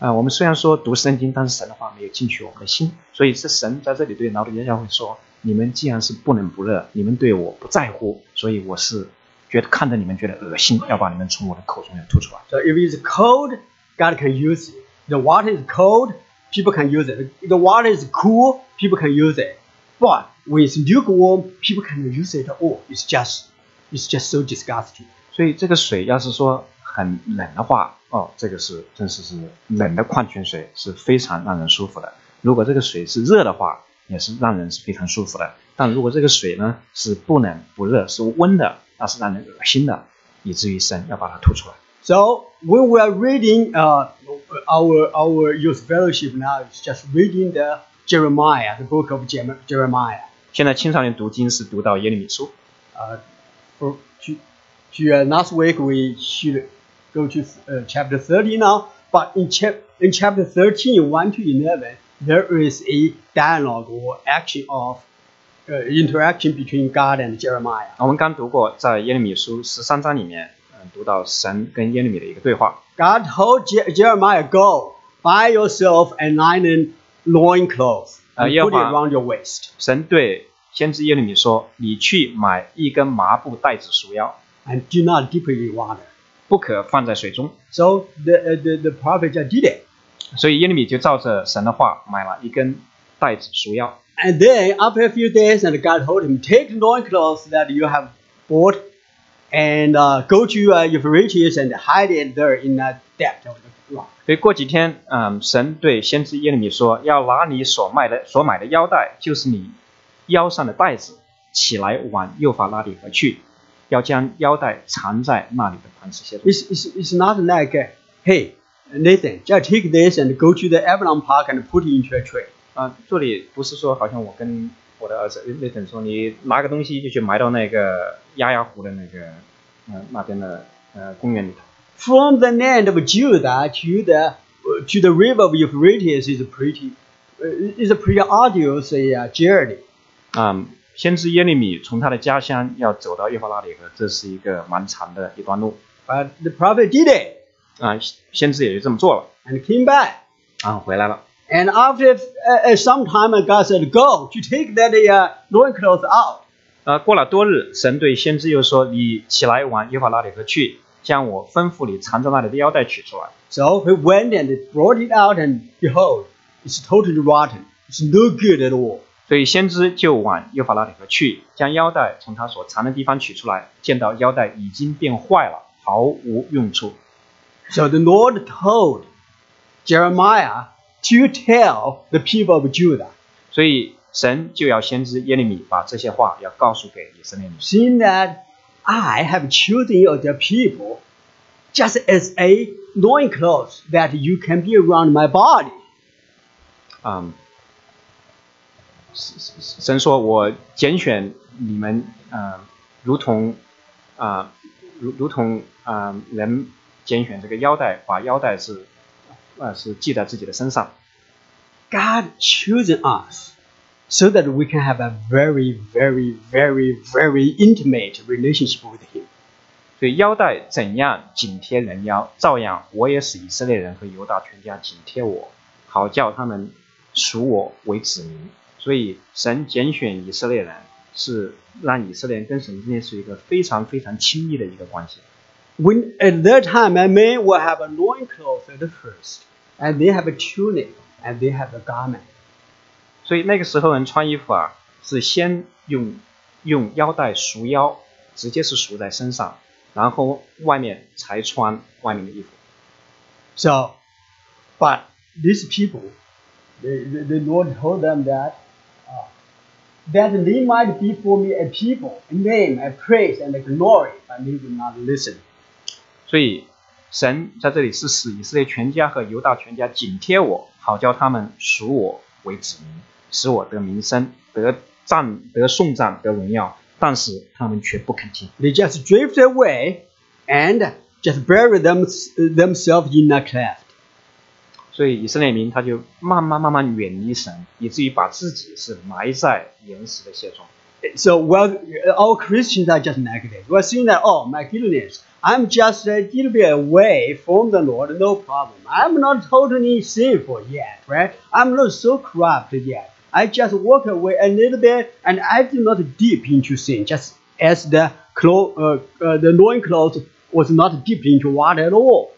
[SPEAKER 1] 啊、我们虽然说读圣经，但是神的话没有进去我们的心，所以是神在这里对老底教会说：你们既然是不冷不热，你们对我不在乎，所以我是觉得看着你们觉得恶心，要把你们从我的口中要吐出来。
[SPEAKER 2] So if it's cold, God can use it. The water is cold, people can use it. If the water is cool, people can use it. But when it's lukewarm, people cannot use it at all. It's just, it's just so disgusting.
[SPEAKER 1] 所以这个水要是说很冷的话，哦，这个是真是是冷的矿泉水是非常让人舒服的。如果这个水是热的话，也是让人是非常舒服的。但如果这个水呢是不冷不热，是温的，那是让人恶心的，以至于神要把它吐出来。
[SPEAKER 2] So when we are reading uh, our our youth fellowship now, it's just reading the Jeremiah, the book of Jerem- Jeremiah.
[SPEAKER 1] 现在青少年读经是读到耶利米书，
[SPEAKER 2] Uh, for to, to uh, last week we should go to uh, chapter 30 now, but in chap in chapter 13, 1 to 11, there is a dialogue or action of uh, interaction between God and Jeremiah.
[SPEAKER 1] 我们刚读过，在耶利米书十三章里面，嗯，读到神跟耶利米的一个对话。
[SPEAKER 2] God told Je- Jeremiah, "Go buy yourself an iron loincloth
[SPEAKER 1] Uh,
[SPEAKER 2] and put it
[SPEAKER 1] yeah, ma.
[SPEAKER 2] around your waist,
[SPEAKER 1] 神对先知耶利米说：“你去买一根麻布带子束腰，
[SPEAKER 2] and do not dip it in water."
[SPEAKER 1] 不可放在水中。
[SPEAKER 2] So the uh, the, the prophet just did it, ”
[SPEAKER 1] 所以耶利米就照着神的话买了一根带子束腰。
[SPEAKER 2] and then after a few days, and God told him, "Take the loincloth that you have bought, and uh, go to uh, Euphrates and hide it there in that depth of the rock."
[SPEAKER 1] 所以过几天，嗯，神对先知耶利米说：“要拿你所卖的所买的腰带，就是你腰上的带子，起来往幼发拉底河去，要将腰带藏在那里的磐石下。
[SPEAKER 2] It's, it's, it's not like, uh, "Hey, Nathan, just take this and go to the Avalon Park and put it into a tree."
[SPEAKER 1] 啊，这里不是说好像我跟我的儿子那等说，你拿个东西就去埋到那个鸭鸭湖的那个，呃，那边的呃公园里头。
[SPEAKER 2] from the land of Judah to the to the river of Euphrates is a pretty is a pretty arduous uh, journey.
[SPEAKER 1] 啊、先知耶利米从他的家乡要走到幼发拉底河，这是一个蛮长的一段路
[SPEAKER 2] But the prophet did it
[SPEAKER 1] 啊、先知也就这么做了
[SPEAKER 2] and came back.
[SPEAKER 1] 啊，回来了。
[SPEAKER 2] And after uh, uh, some time, God said, "Go to take that uh, loincloth out."
[SPEAKER 1] 呃，过了多日，神对先知又说：“你起来往幼发拉底河去，将我吩咐你藏在那里的腰带取出来。
[SPEAKER 2] So he went and brought it out, and behold, it's totally rotten. It's no good at all. ”
[SPEAKER 1] 所以先知就往幼发拉底河去，将腰带从他所藏的地方取出来，见到腰带已经变坏了，毫无用处。
[SPEAKER 2] So the Lord told Jeremiah to tell the people of Judah.
[SPEAKER 1] 所以神就要先知耶利米把这些话要告诉给以色列女性。
[SPEAKER 2] seeing that I have children of the people, just as a loincloth that you can be around my body.
[SPEAKER 1] 嗯，神说：“我拣选你们，呃，如同，啊、如如同啊、呃人拣选这个腰带，把腰带是，呃，是系在自己的身上。
[SPEAKER 2] God chosen us so that we can have a very, very, very, very intimate relationship with Him.
[SPEAKER 1] 所以腰带怎样紧贴人腰，照样我也使以色列人和犹大全家紧贴我，好叫他们属我为子民。所以神拣选以色列人，是让以色列人跟神之间是一个非常非常亲密的一个关系。”
[SPEAKER 2] When at that time a man will have a loincloth at the first, and they have a tunic, and they have a garment.
[SPEAKER 1] 所以那个时候人穿衣服啊，是先用用腰带束腰，直接是束在身上，然后外面才穿外面的衣服。
[SPEAKER 2] So, but these people, the, the, the Lord told them that uh, that they might be for me a people, a name, a praise, and a glory, but they would not listen.
[SPEAKER 1] 所以神在这里是使以色列全家和犹大全家紧贴我，好叫他们属我为子民，使我得名声，得赞，得颂赞，得荣耀。但是他们却不肯听。
[SPEAKER 2] They just drift away and just bury them, themselves in a cleft.
[SPEAKER 1] 所以以色列民他就慢慢慢慢远离神，以至于把自己是埋在岩石的穴中。
[SPEAKER 2] So, well, all Christians are just negative. We're seeing that, oh, my goodness, I'm just a little bit away from the Lord, no problem. I'm not totally sinful yet, right? I'm not so corrupt yet. I just walk away a little bit and I do not deep into sin, just as the, clo- uh, uh, the loincloth was not deep into water at all.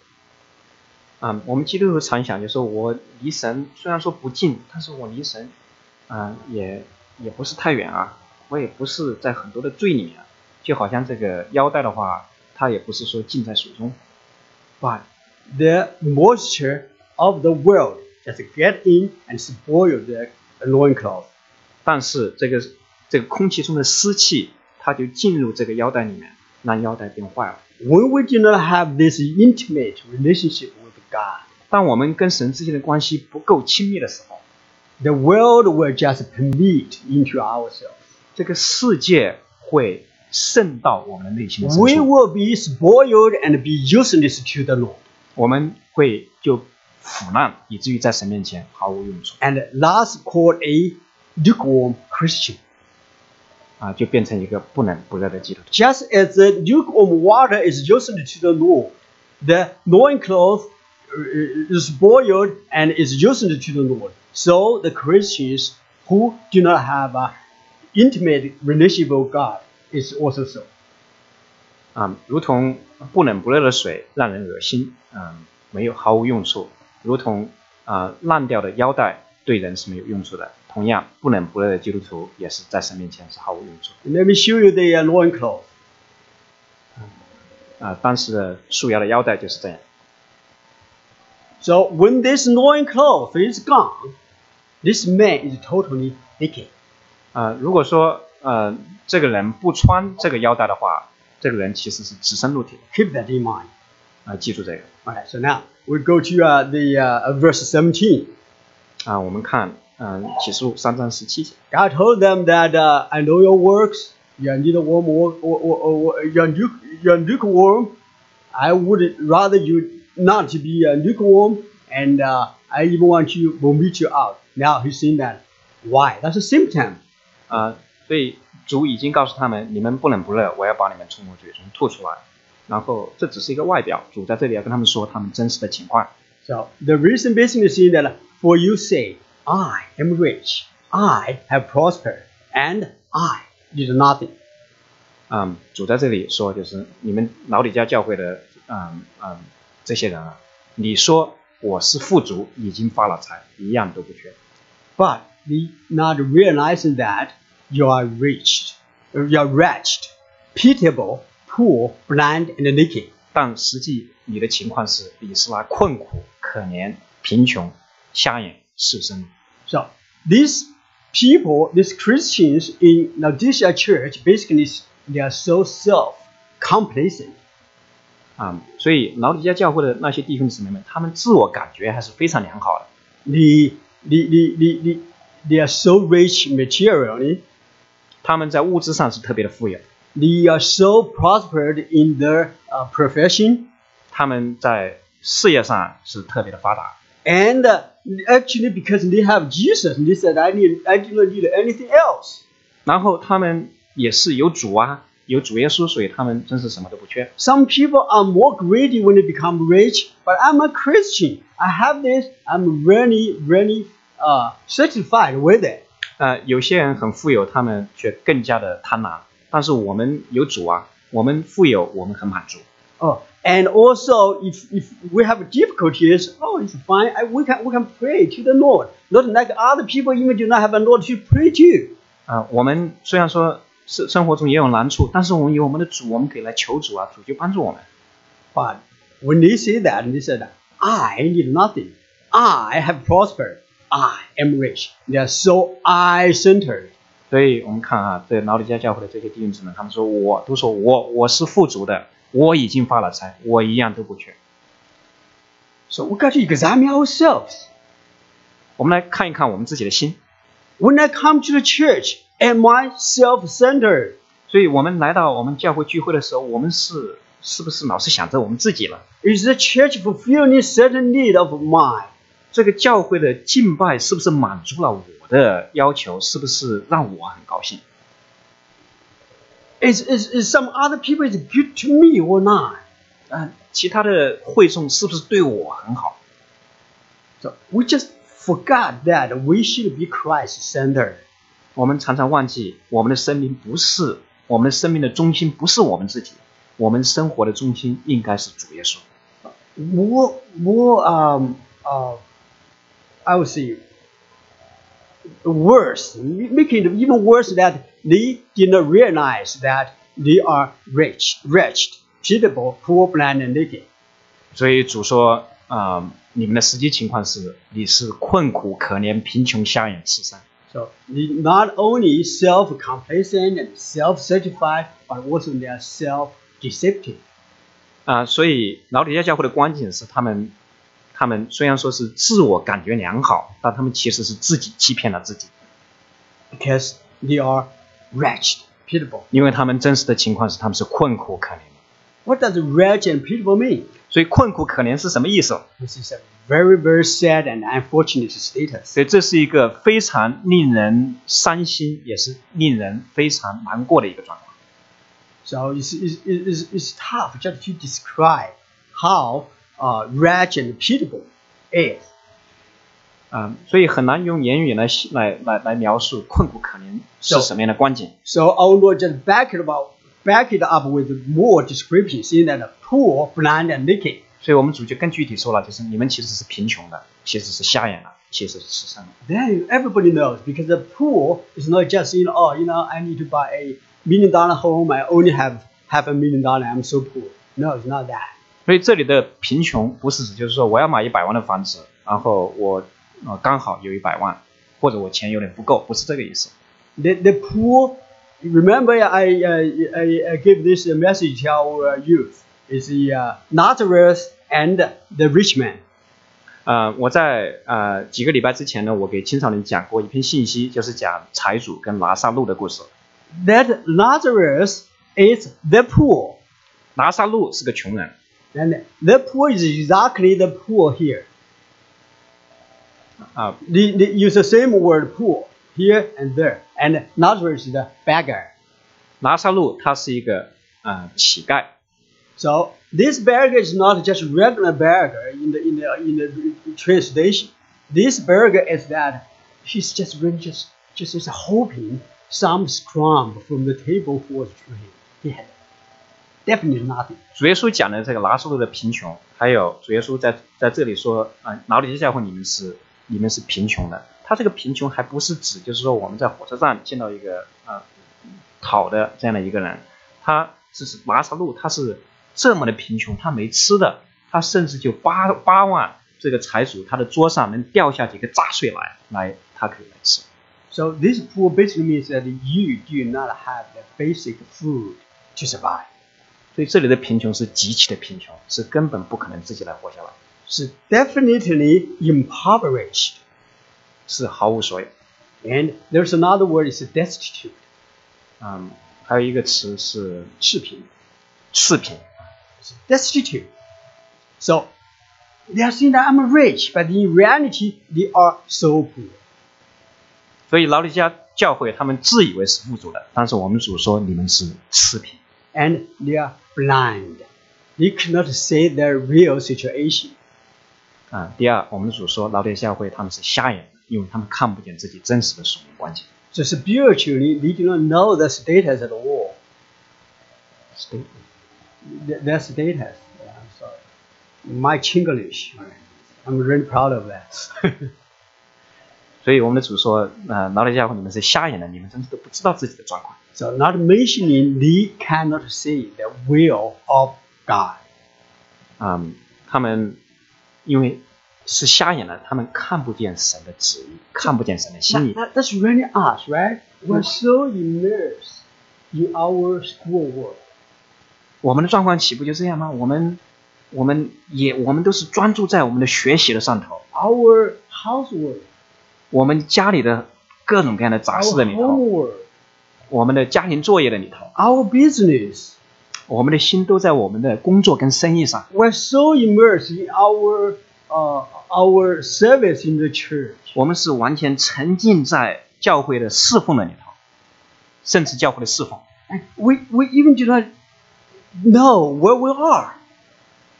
[SPEAKER 1] 啊、我们基督徒常想，就说我离神虽然说不近，但是我离神，啊、也也不是太远啊，我也不是在很多的罪里面啊，就好像这个腰带的话，它也不是说浸在水中，but
[SPEAKER 2] the moisture of the world just get in and spoil the loincloth.
[SPEAKER 1] 但是这个这个空气中的湿气，它就进入这个腰带里面，让腰带变坏了。
[SPEAKER 2] When we do not have this intimate relationship with God,
[SPEAKER 1] 当我们跟神之间的关系不够亲密的时候，
[SPEAKER 2] the world will just permeate into ourselves.
[SPEAKER 1] 这个世界会渗到我们的内心的深
[SPEAKER 2] We
[SPEAKER 1] 处，
[SPEAKER 2] will be spoiled and be useless to the Lord.
[SPEAKER 1] 我们会就腐烂，以至于在神面前毫无用处
[SPEAKER 2] And that's called a lukewarm Christian.
[SPEAKER 1] 啊，就变成一个不冷不热的基督徒。
[SPEAKER 2] Just as the lukewarm water is useless to the Lord, the loincloth uh, is spoiled and is useless to the Lord. So the Christians who do not have an intimate relationship with God is also so.
[SPEAKER 1] 啊，如同不冷不热的水，让人恶心，嗯，没有毫无用处；如同啊、烂掉的腰带，对人是没有用处的。同样，不冷不热的基督徒也是在神面前是毫无用处
[SPEAKER 2] Let me show you the uh, loincloth.
[SPEAKER 1] 的啊、当时的束腰的腰带就是这样。
[SPEAKER 2] So when this loincloth is gone, this man is totally naked.
[SPEAKER 1] 啊、如果说呃这个人不穿这个腰带的话，这个人其实是直身露体的
[SPEAKER 2] Keep that in mind.
[SPEAKER 1] 啊、记住这个
[SPEAKER 2] All right, so now we go to uh, the uh, verse 17.
[SPEAKER 1] 啊、我们看嗯、启示录三章十七节
[SPEAKER 2] God told them that uh, I know your works. You are neither warm or, or, or, or you are luke- you are lukewarm. I would rather you not to be uh, lukewarm, and uh, I even want you vomit you out. Now he's saying that. Why? That's a symptom.
[SPEAKER 1] 啊、所以主已经告诉他们，你们不冷不热，我要把你们冲过去，从吐出来。然后这只是一个外表，主在这里要跟他们说他们真实的情况。
[SPEAKER 2] So the reason basically is saying that for you say, I am rich, I have prospered, and I did nothing.
[SPEAKER 1] 嗯，主在这里说就是你们老底家教会的，嗯嗯，这些人啊，你说我是富足，已经发了财，一样都不缺。
[SPEAKER 2] But we not realizing that you are wretched, you are wretched, pitiable, poor, blind, and naked.
[SPEAKER 1] 但实际你的情况是以斯拉困苦、可怜、贫穷、瞎眼、赤身。
[SPEAKER 2] So these people, these Christians in Laodicea Church, basically they are so self-complacent.
[SPEAKER 1] 啊、所以老底家教会的那些弟兄姊妹们，他们自我感觉还是非常良好的。
[SPEAKER 2] The, the, the, the, the, they are so rich materially.
[SPEAKER 1] 他们在物质上是特别的富有，
[SPEAKER 2] They are so prospered in their uh, profession.
[SPEAKER 1] 他们在事业上是特别的发达
[SPEAKER 2] And uh, actually, because they have Jesus, they said, I, need, I do not need anything else.
[SPEAKER 1] 然后他们也是有主啊，有主耶稣，所以他们真是什么都不缺。
[SPEAKER 2] Some people are more greedy when they become rich, but I'm a Christian. I have this. I'm really, really uh, satisfied with it.
[SPEAKER 1] 呃，有些人很富有，他们却更加的贪婪。但是我们有主啊，我们富有，我们很满足。
[SPEAKER 2] Oh, and also if, if we have difficulties, oh, it's fine. I, we can we can pray to the Lord. Not like other people even do not have a Lord to pray to.
[SPEAKER 1] 啊、我们虽然说生生活中也有难处，但是我们有我们的主，我们可以来求主啊，主就帮助我们。
[SPEAKER 2] But when they say that, they said, I need nothing. I have prospered. I am rich. They are so I-centered.
[SPEAKER 1] 所以我们看啊，这老底家教会的这些弟兄姊妹，他们说我都说我我是富足的，我已经发了财，我一样都不缺。
[SPEAKER 2] So we got to examine ourselves.
[SPEAKER 1] 我们来看一看我们自己的心。
[SPEAKER 2] When I come to the church, am I self-centered?
[SPEAKER 1] 所以我们来到我们教会聚会的时候，我们是是不是老是想着我们自己了？
[SPEAKER 2] Is the church fulfilling certain need of mine?
[SPEAKER 1] 这个教会的敬拜是不是满足了我的要求？是不是让我很高兴？
[SPEAKER 2] Is, is, is some other people is good to me or not?
[SPEAKER 1] 啊，其他的会众是不是对我很好？
[SPEAKER 2] So we just forgot that we should be Christ-centered.
[SPEAKER 1] 我们常常忘记，我们的生命不是我们的生命的中心不是我们自己，我们生活的中心应该是主耶稣。
[SPEAKER 2] More more um uh, I would say worse, making it even worse that they did not realize that they are rich, wretched, pitiable, poor, blind, and naked.
[SPEAKER 1] 所以主说啊、你们的实际情况是你是困苦、可怜、贫穷、瞎眼、赤身。
[SPEAKER 2] So they not only self-complacent and self-satisfied, but also they are self-deceptive.
[SPEAKER 1] 啊、所以老底家教会的观点是，他们他们虽然说是自我感觉良好，但他们其实是自己欺骗了自己，
[SPEAKER 2] because they are wretched, pitiable.
[SPEAKER 1] 因为他们真实的情况是他们是困苦可怜的。
[SPEAKER 2] What does wretched and pitiable mean?
[SPEAKER 1] 所以困苦可怜是什么意思？
[SPEAKER 2] This is a very, very sad and unfortunate status.
[SPEAKER 1] 所以这是一个非常令人伤心，也是令人非常难过的一个状况。
[SPEAKER 2] So it's, it's, it's, it's tough just to describe how uh, wretched and pitiable is.
[SPEAKER 1] 嗯、所以很难用言语来来来来描述困苦可怜是什么样的观景。
[SPEAKER 2] So our Lord just back it, about, back it up with more description, saying that the poor, blind, and naked.
[SPEAKER 1] 所以我们主就更具体说了，就是你们其实是贫穷的，其实是瞎眼了，其实是吃伤了。
[SPEAKER 2] Then everybody knows because the poor is not just you know oh you know I need to buy a million dollar home I only have half a million dollar I'm so poor. No, it's not that.
[SPEAKER 1] 所以这里的贫穷不是指就是说我要买一百万的房子，然后我呃刚好有一百万，或者我钱有点不够，不是这个意思。
[SPEAKER 2] The, the poor. Remember, I, uh, I I gave this message to our uh, youth. It's the uh, Lazarus and the rich man.
[SPEAKER 1] 呃，我在呃几个礼拜之前呢，我给青少年讲过一篇信息，就是讲财主跟拿撒路的故事。
[SPEAKER 2] That Lazarus is the poor,
[SPEAKER 1] 拿撒路是个穷人，
[SPEAKER 2] and the poor is exactly the poor here.
[SPEAKER 1] 啊、
[SPEAKER 2] They, they use the same word poor here and there, and Lazarus is a beggar.
[SPEAKER 1] 拿撒路他是一个呃乞丐，
[SPEAKER 2] So this beggar is not just regular beggar in the in the in the translation. This beggar is that he's just really just just is hoping some crumb from the table falls to him. He had definitely nothing.
[SPEAKER 1] 主耶稣讲的这个拿撒路的贫穷，还有主耶稣在在这里说啊，拿里基教会你们是你们是贫穷的。他这个贫穷还不是指就是说我们在火车站见到一个啊讨的这样的一个人，他只是拿撒路，他是这么的贫穷，他没吃的，他甚至就八八万这个财主他的桌上能掉下几个炸碎来，来他可以来吃。
[SPEAKER 2] So this poor basically means that you do not have the basic food to survive.
[SPEAKER 1] 所以这里的贫穷是极其的贫穷，是根本不可能自己来活下来，
[SPEAKER 2] So definitely impoverished.
[SPEAKER 1] 是毫无所有。
[SPEAKER 2] And there's another word is destitute.
[SPEAKER 1] 嗯，还有一个词是
[SPEAKER 2] 赤贫.
[SPEAKER 1] 次品。
[SPEAKER 2] destitute. So they are saying that I'm rich, but in reality they are so poor.
[SPEAKER 1] 所以劳力家教会他们自以为是富足的，但是我们主说你们是次品，
[SPEAKER 2] And they are blind. They cannot see their real situation.
[SPEAKER 1] 啊、第二，我们主说劳力教会他们是瞎眼的，因为他们看不见自己真实的属灵光景。
[SPEAKER 2] So spiritually they do not know the status at all. Th- Their status. Yeah, I'm sorry. My Chinglish. I'm really proud of that.
[SPEAKER 1] 所以我们的主说，呃，劳力教会你们是瞎眼的，你们真的都不知道自己的状况。
[SPEAKER 2] so not mentioning they cannot see the will of God.
[SPEAKER 1] 嗯，他们因为是瞎眼的，他们看不见神的旨意，看不见神的心
[SPEAKER 2] That,
[SPEAKER 1] 意。
[SPEAKER 2] that- that's really us, right? We're so immersed in our schoolwork.
[SPEAKER 1] 我们的状况岂不就这样吗？我们，我们也，我们都是专注在我们的学习的上头。
[SPEAKER 2] our housework,
[SPEAKER 1] 我们家里的各种各样的杂
[SPEAKER 2] our
[SPEAKER 1] 事的里头，
[SPEAKER 2] homework,
[SPEAKER 1] 我们的家庭作业的里头，
[SPEAKER 2] our business.
[SPEAKER 1] 我们的心都在我们的工作跟生意上。
[SPEAKER 2] We're so immersed in our uh, our service in the church.
[SPEAKER 1] 我们是完全沉浸在教会的侍奉的里头，甚至教会的侍奉。
[SPEAKER 2] And we, we even do not know where we are.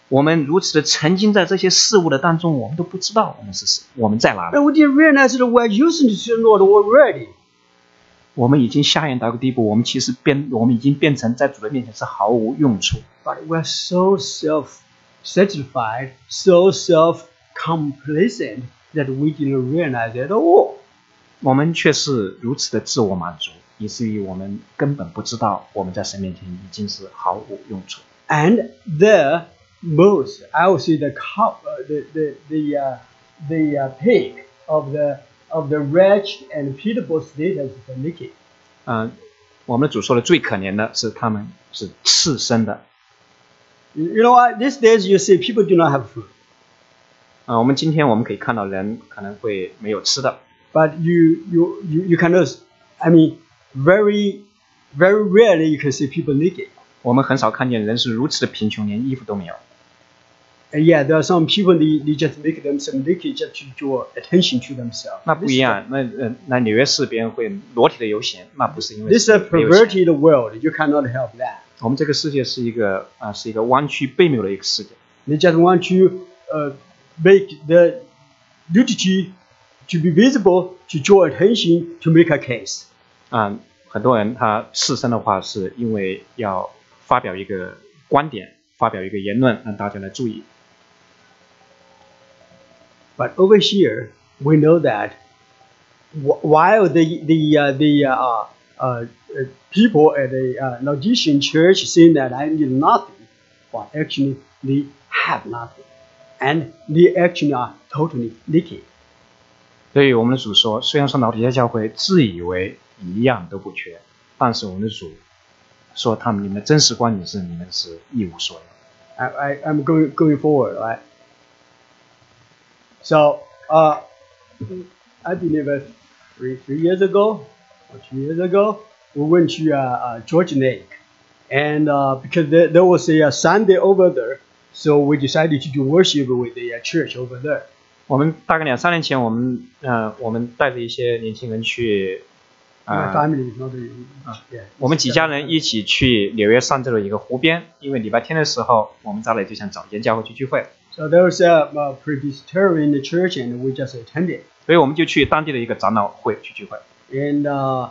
[SPEAKER 1] 我们如此的沉浸在这些事物的当中，我们都不知道我们是谁，我们在哪里。
[SPEAKER 2] And we didn't realize that we're using to the Lord already.
[SPEAKER 1] 我们已经下眼到一个地步，我们其实变，我们已经变成在主的面前是毫无用处。
[SPEAKER 2] But we're so self satisfied, so self complacent that we didn't realize at all.
[SPEAKER 1] 我们却是如此的自我满足，以至于我们根本不知道我们在神面前已经是毫无用处。
[SPEAKER 2] And there moose. I will see the cow, uh, the the the uh, the uh, pig of the of the wretched and pitiable state of the naked.
[SPEAKER 1] 嗯、我们的主说的最可怜的是他们是赤身的。
[SPEAKER 2] You you know what? These days you see people do not have food,
[SPEAKER 1] 啊、我们今天我们可以看到人可能会没有吃的，
[SPEAKER 2] but you you you, you cannot. I mean, very very rarely you can see people naked.
[SPEAKER 1] 我们很少看见人是如此的贫穷，连衣服都没有。
[SPEAKER 2] And yeah, there are some people they, they just make themselves naked just to draw attention to themselves.
[SPEAKER 1] 那不一样，那呃那纽约市别人会裸体的游行，那不是因为
[SPEAKER 2] This is a
[SPEAKER 1] 没有钱
[SPEAKER 2] perverted world. You cannot help that.
[SPEAKER 1] 我们这个世界是一个啊、是一个弯曲悖谬的一个世界。
[SPEAKER 2] They just want to uh, make the nudity to be visible, to draw attention, to make a case.
[SPEAKER 1] 啊、很多人他赤身的话，是因为要发表一个观点，发表一个言论，让大家来注意。
[SPEAKER 2] But over here, we know that wh- while the the uh, the uh, uh, uh, people at the uh, Laodicean church saying that I need nothing, but actually they have nothing, and they actually are totally naked.
[SPEAKER 1] 所以我们的主说，虽然说老底下教会自以为一样都不缺，但是我们的主说他们你们的真实观点是你们是一无所有。
[SPEAKER 2] I, I, I'm going going forward, right? So, uh, I believe uh, three three years ago or two years ago, we went to uh, uh, George Lake, and uh, because there, there was a, uh Sunday over there, so we decided to do worship with the uh, church over there.
[SPEAKER 1] 我们大概两三年前，我们呃，我们带着一些年轻人去，
[SPEAKER 2] My
[SPEAKER 1] 呃，
[SPEAKER 2] family is not in,
[SPEAKER 1] Ah.
[SPEAKER 2] yeah.
[SPEAKER 1] 我们几家人一起去纽约上周的一个湖边，因为礼拜天的时候，我们家里就想找一间教会去聚会，
[SPEAKER 2] So there was a, uh Presbyterian church, and we just attended.
[SPEAKER 1] 所以我们就去当地的一个长老会去聚会。
[SPEAKER 2] And uh,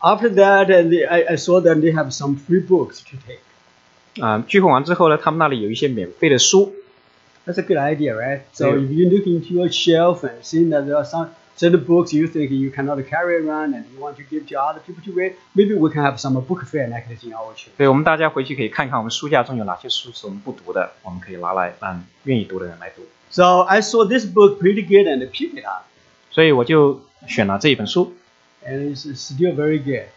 [SPEAKER 2] after that, uh, they, I, I saw that they have some free books to take.
[SPEAKER 1] 啊、聚会完之后呢，他们那里有一些免费的书，
[SPEAKER 2] That's a good idea, right? So
[SPEAKER 1] Yeah.
[SPEAKER 2] if you look into your shelf and seeing that there are some certain books you think you cannot carry around and you want to give to other people to read, maybe we can have some book fair like this in our church.
[SPEAKER 1] 所以我们大家回去可以看看我们书架中有哪些书是我们不读的，我们可以拿来让愿意读的人来读。
[SPEAKER 2] So I saw this book pretty good and picked it up,
[SPEAKER 1] 所以我就选了这一本书，
[SPEAKER 2] and it's still very good.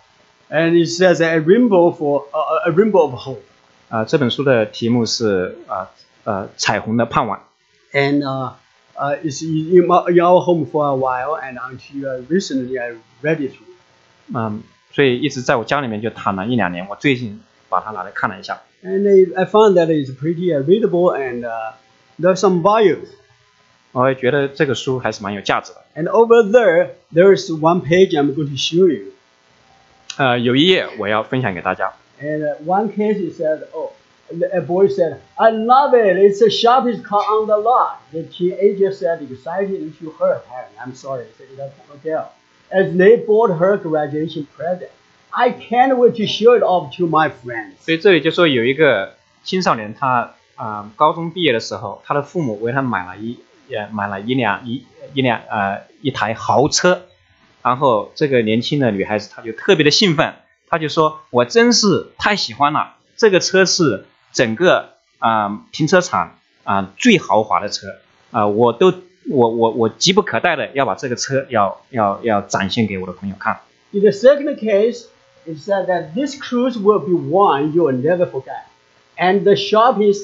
[SPEAKER 2] And it says a rainbow for uh, a rainbow of hope.
[SPEAKER 1] 啊、这本书的题目是啊呃彩虹的盼望。
[SPEAKER 2] and uh, uh, it's in, in my- in our home for a while, and until uh, recently I read it.
[SPEAKER 1] 嗯，所以一直在我家里面就躺了一两年。我最近把它拿来看了一下，
[SPEAKER 2] And it, I found that it's pretty uh, readable, and uh, there are some values.
[SPEAKER 1] 我也觉得这个书还是蛮有价值的。
[SPEAKER 2] And over there, there is one page I'm going to show you.
[SPEAKER 1] 呃，有一页我要分享给大家。
[SPEAKER 2] And uh, one case it said, oh, the- a boy said, I love it. It's the sharpest car on the lot. The teenager said, excited to her parents. I'm sorry, it's a little hotel. As they bought her graduation present. I can't wait to show it off to my friends.
[SPEAKER 1] 所以这里就说有一个青少年他，啊高中毕业的时候，他的父母为他买了一也买了一辆一一辆呃一台豪车，然后这个年轻的女孩子她就特别的兴奋，她就说：“我真是太喜欢了，这个车是整个啊、停车场啊、最豪华的车啊、我都我我我急不可待的要把这个车要要要展现给我的朋友看。”
[SPEAKER 2] In the second case, it said that this cruise will be one you will never forget. And the shop is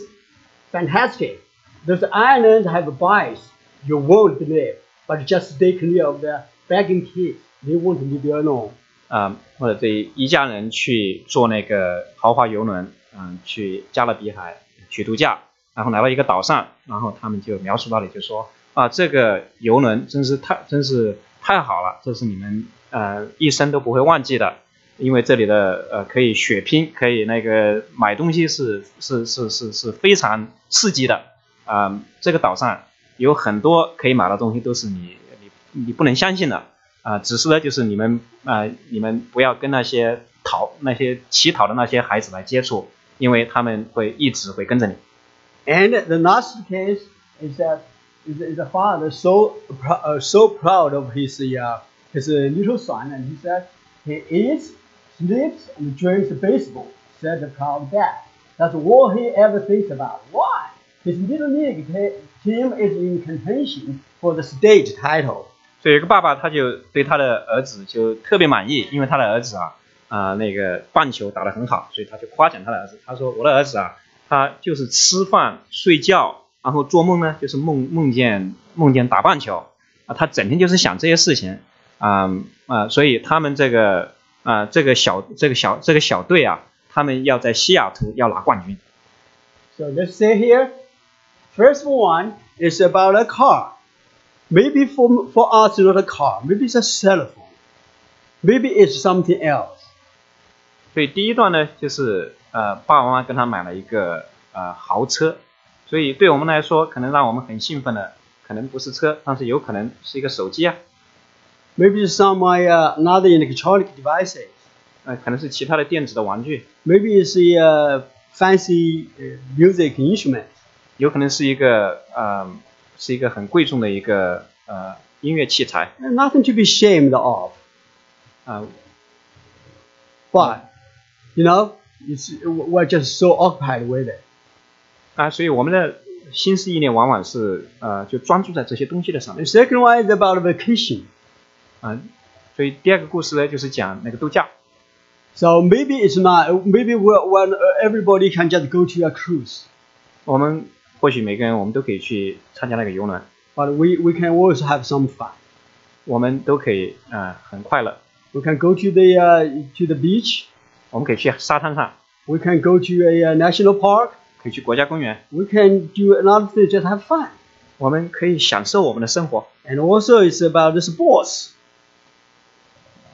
[SPEAKER 2] fantastic. Those islands have bites you won't believe, but just stay clear of the begging kids. They won't leave you alone.
[SPEAKER 1] 啊、或者这一家人去坐那个豪华游轮，嗯、去加勒比海去度假，然后来到一个岛上，然后他们就描述到里就说啊，这个游轮真是太真是太好了，这是你们呃一生都不会忘记的，因为这里的呃可以血拼，可以那个买东西是是是是是非常刺激的啊、这个岛上有很多可以买的东西都是你你你不能相信的。啊、只是呢，就是你们啊、你们不要跟那些逃、那些乞讨的那些孩子来接触，因为他们会一直会跟着你。
[SPEAKER 2] And the last case is that is, is a father so pr- uh, so proud of his uh, his uh, little son, and he said he eats, sleeps, and dreams baseball. Said the proud dad. That's all he ever thinks about. Why? His middle name Tim is in contention for the state title.
[SPEAKER 1] 所以有个爸爸他就对他的儿子就特别满意，因为他的儿子啊啊、那个棒球打得很好，所以他就夸奖他的儿子，他说我的儿子啊，他就是吃饭睡觉，然后做梦呢就是梦梦见梦见打棒球啊，他整天就是想这些事情啊啊、所以他们这个啊、这个小这个小这个小队啊，他们要在西雅图要拿冠军。
[SPEAKER 2] So let's say here, first one is about a car. Maybe for, for us, not a car. Maybe it's a cell phone. Maybe it's something else.
[SPEAKER 1] 所以第一段呢，就是呃，爸爸妈妈跟他买了一个呃豪车，所以对我们来说，可能让我们很兴奋的，可能不是车，但是有可能是一个手机啊，
[SPEAKER 2] Maybe it's some uh, another electronic devices.
[SPEAKER 1] 呃，可能是其他的电子的玩具，
[SPEAKER 2] Maybe it's a uh, fancy uh, music instrument.
[SPEAKER 1] 有可能是一个呃，是一个很贵重的一个呃音乐器材
[SPEAKER 2] Nothing to be ashamed of.
[SPEAKER 1] 啊、呃
[SPEAKER 2] But, you know, it's, we're just so occupied with it.
[SPEAKER 1] 啊，所以我们的心思意念往往是呃就专注在这些东西的上
[SPEAKER 2] The
[SPEAKER 1] 面
[SPEAKER 2] second one is about vacation.
[SPEAKER 1] 啊、所以第二个故事呢，就是讲那个度假。
[SPEAKER 2] So maybe it's not, maybe we're, when uh, everybody can just go to a cruise.
[SPEAKER 1] 我们或许每个人我们都可以去参加那个游轮，
[SPEAKER 2] But we, we can also have some fun.
[SPEAKER 1] 我们都可以呃很快乐。
[SPEAKER 2] We can go to the, uh, to the beach.
[SPEAKER 1] 我们可以去沙滩上，
[SPEAKER 2] We can go to a uh, national park.
[SPEAKER 1] 可以去国家公园，
[SPEAKER 2] We can do another thing, just have fun.
[SPEAKER 1] 我们可以享受我们的生活。
[SPEAKER 2] And also it's about the sports.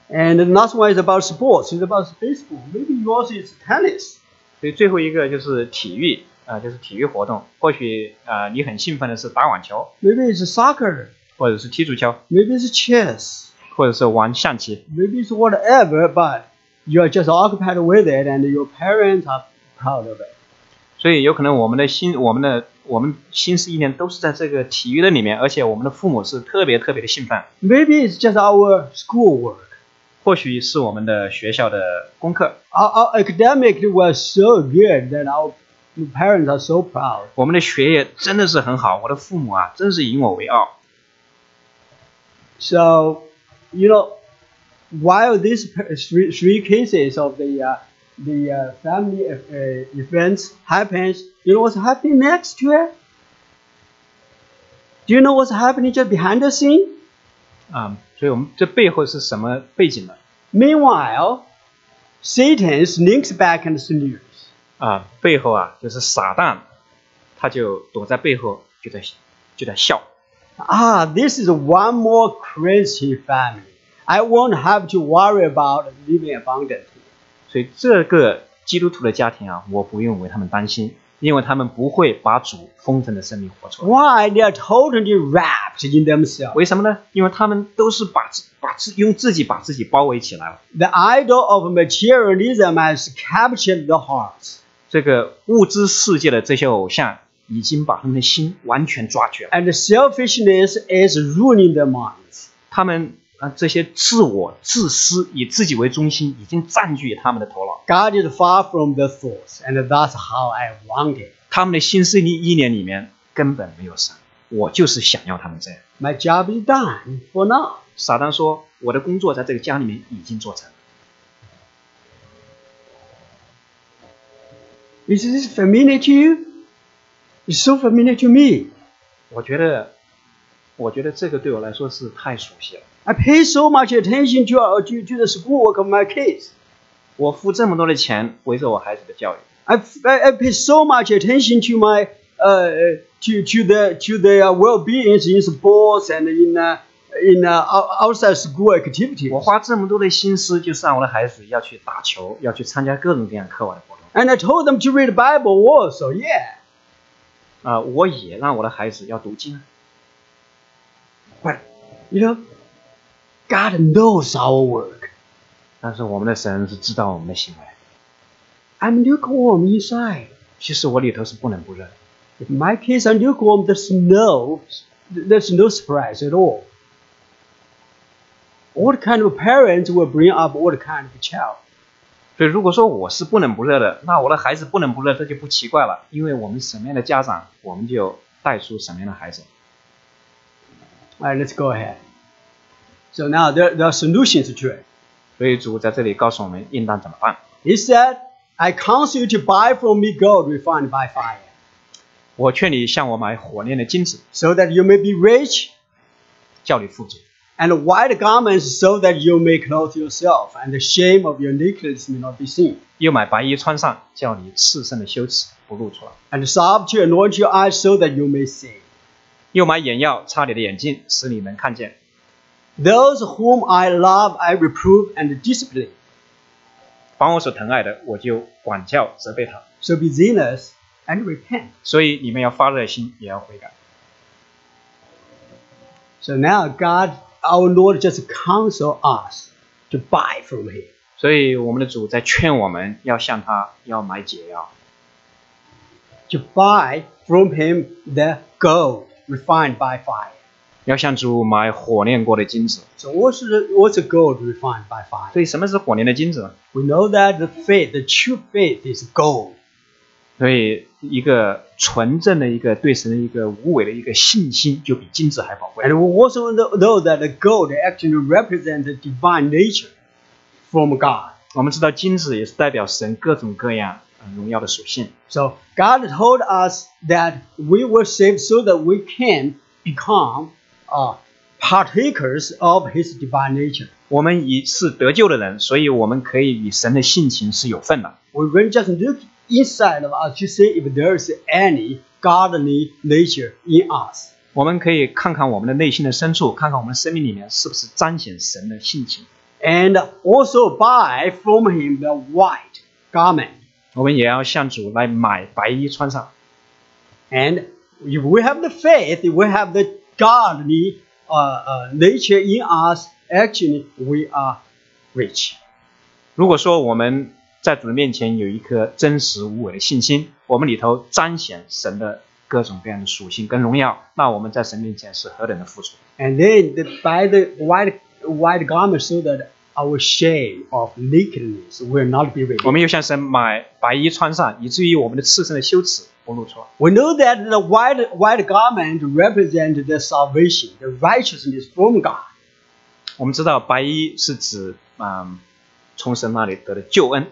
[SPEAKER 2] And the last one is about sports. It's about baseball. Maybe yours is tennis.
[SPEAKER 1] 所以最后一个就是体育啊、呃就是体育活动。或许啊、呃你很兴奋的是打网球，
[SPEAKER 2] Maybe it's soccer.
[SPEAKER 1] 或者是踢足球，
[SPEAKER 2] Maybe it's chess.
[SPEAKER 1] 或者是玩象棋。
[SPEAKER 2] Maybe it's whatever, but you are just occupied with it, and your parents are proud of it.
[SPEAKER 1] 所以有可能我们的心、我们的我们心思意念都是在这个体育的里面，而且我们的父母是特别特别的兴奋。
[SPEAKER 2] Maybe it's just our schoolwork.
[SPEAKER 1] 或许是我们的学校的功课，
[SPEAKER 2] Our, our academic was so good that our parents are so proud.
[SPEAKER 1] 我们的学业真的是很好。我的父母啊，真是以我为傲。
[SPEAKER 2] So, you know, while these pa- three, three cases of the uh, the uh, family uh, uh, events happens, you know what's happening next to it? Do you know what's happening just behind the scene?
[SPEAKER 1] 啊、所以我们这背后是什么背景呢？
[SPEAKER 2] Meanwhile, Satan sneaks back and sneers.
[SPEAKER 1] 啊，背后啊就是傻蛋，他就躲在背后就在就在笑
[SPEAKER 2] Ah, this is one more crazy family. I won't have to worry about living abundantly.
[SPEAKER 1] 所以这个基督徒的家庭啊，我不用为他们担心，因为他们不会把主丰盛的生命活出来。
[SPEAKER 2] Why they are totally wrapped in themselves.
[SPEAKER 1] 为什么呢？因为他们都是把自把自用自己把自己包围起来了。
[SPEAKER 2] The idol of materialism has captured the hearts,
[SPEAKER 1] 这个物质世界的这些偶像已经把他们的心完全抓取了，
[SPEAKER 2] and selfishness is ruining their minds.
[SPEAKER 1] 他们啊、这些自我自私以自己为中心已经占据他们的头脑。
[SPEAKER 2] God is far from the thoughts, and that's how I want it.
[SPEAKER 1] 他们的心思意意念里面根本没有神，我就是想要他们这样。
[SPEAKER 2] My job is done for now.
[SPEAKER 1] 撒旦说：“我的工作在这个家里面已经做成了。
[SPEAKER 2] Is this familiar to you? It's so familiar to me. ”
[SPEAKER 1] 我觉得，我觉得这个对我来说是太熟悉了。
[SPEAKER 2] I pay so much attention to, uh, to, to the schoolwork of my kids.
[SPEAKER 1] 我付这么多的钱维持我孩子的教育，
[SPEAKER 2] I, I, I pay so much attention to my uh, to to the to their well being in sports and in uh, in uh, ou- outside school activities.
[SPEAKER 1] 我花这么多的心思，就是让我的孩子要去打球，要去参加各种各样课外的活动
[SPEAKER 2] And I told them to read the Bible also. Yeah,
[SPEAKER 1] 啊、我也让我的孩子要读经。
[SPEAKER 2] but you know, God knows our work.
[SPEAKER 1] 但是我们的神是知道我们的行为，
[SPEAKER 2] I'm lukewarm inside.
[SPEAKER 1] 其实我里头是不冷不热的。
[SPEAKER 2] If my kids are lukewarm, there's no there's no surprise at all. What kind of parents will bring up what kind of child?
[SPEAKER 1] 所以如果说我是不冷不热的，那我的孩子不冷不热，这就不奇怪了，因为我们什么样的家长，我们就带出什么样的孩子。
[SPEAKER 2] All right, let's go ahead. So now there, there are solutions to it.
[SPEAKER 1] 所以主在这里告诉我们应当怎么办。
[SPEAKER 2] He said, I counsel you to buy from me gold refined by fire,
[SPEAKER 1] 我劝你向我买火炼的金子，
[SPEAKER 2] so that you may be rich,
[SPEAKER 1] 叫你富足；
[SPEAKER 2] and white garments, so that you may clothe yourself, and the shame of your nakedness may not be seen.
[SPEAKER 1] 又买白衣穿上，叫你赤身的羞耻不露出来；
[SPEAKER 2] And salve to anoint your eyes, so that you may see.
[SPEAKER 1] 又买眼药擦你的眼睛，使你能看见。
[SPEAKER 2] Those whom I love, I reprove and discipline.
[SPEAKER 1] 凡我所疼爱的，我就管教责备他。
[SPEAKER 2] So be zealous and repent.
[SPEAKER 1] 所以你们要发热心，也要悔改。
[SPEAKER 2] So now God, our Lord, just counsel us to buy from Him.
[SPEAKER 1] 所以我们的主在劝我们要向他要买解药，
[SPEAKER 2] to buy from him the gold refined by fire.
[SPEAKER 1] 要向主买火炼过的金子。
[SPEAKER 2] So what's the, what's the gold refined by fire?
[SPEAKER 1] 所以什么是火炼的金子呢？
[SPEAKER 2] We know that the faith, the true faith is gold.
[SPEAKER 1] 所以一个纯正的一个对神的一个无伪的一个信心，就比金子还宝贵。
[SPEAKER 2] And we also know know that the gold actually represents the divine nature from God.
[SPEAKER 1] 我们知道金子也是代表神各种各样呃荣耀的属性，
[SPEAKER 2] So God told us that we were saved so that we can become uh, partakers of his divine nature.
[SPEAKER 1] 我们已是得救的人，所以我们可以与神的性情是有份的。
[SPEAKER 2] We will just look inside of us to see if there is any godly nature in us.
[SPEAKER 1] 我们可以看看我们的内心的深处，看看我们生命里面是不是彰显神的性情。
[SPEAKER 2] And also buy from him the white garment.
[SPEAKER 1] 我们也要向主来买白衣穿上。
[SPEAKER 2] And if we have the faith, if we have the godly uh, uh, nature in us, actually we are rich.
[SPEAKER 1] 如果说我们在主的面前有一颗真实无伪的信心，我们里头彰显神的各种各样的属性跟荣耀，那我们在神面前是何等的富足。
[SPEAKER 2] And then the, buy the white, white garment so that our shame of nakedness will not be
[SPEAKER 1] 我
[SPEAKER 2] revealed.
[SPEAKER 1] 们又向神买白衣穿上，以至于我们的赤身的羞耻不露出来。
[SPEAKER 2] We know that the white, white garment represents the salvation, the righteousness from God.
[SPEAKER 1] 我们知道白衣是指嗯从神那里得的救恩，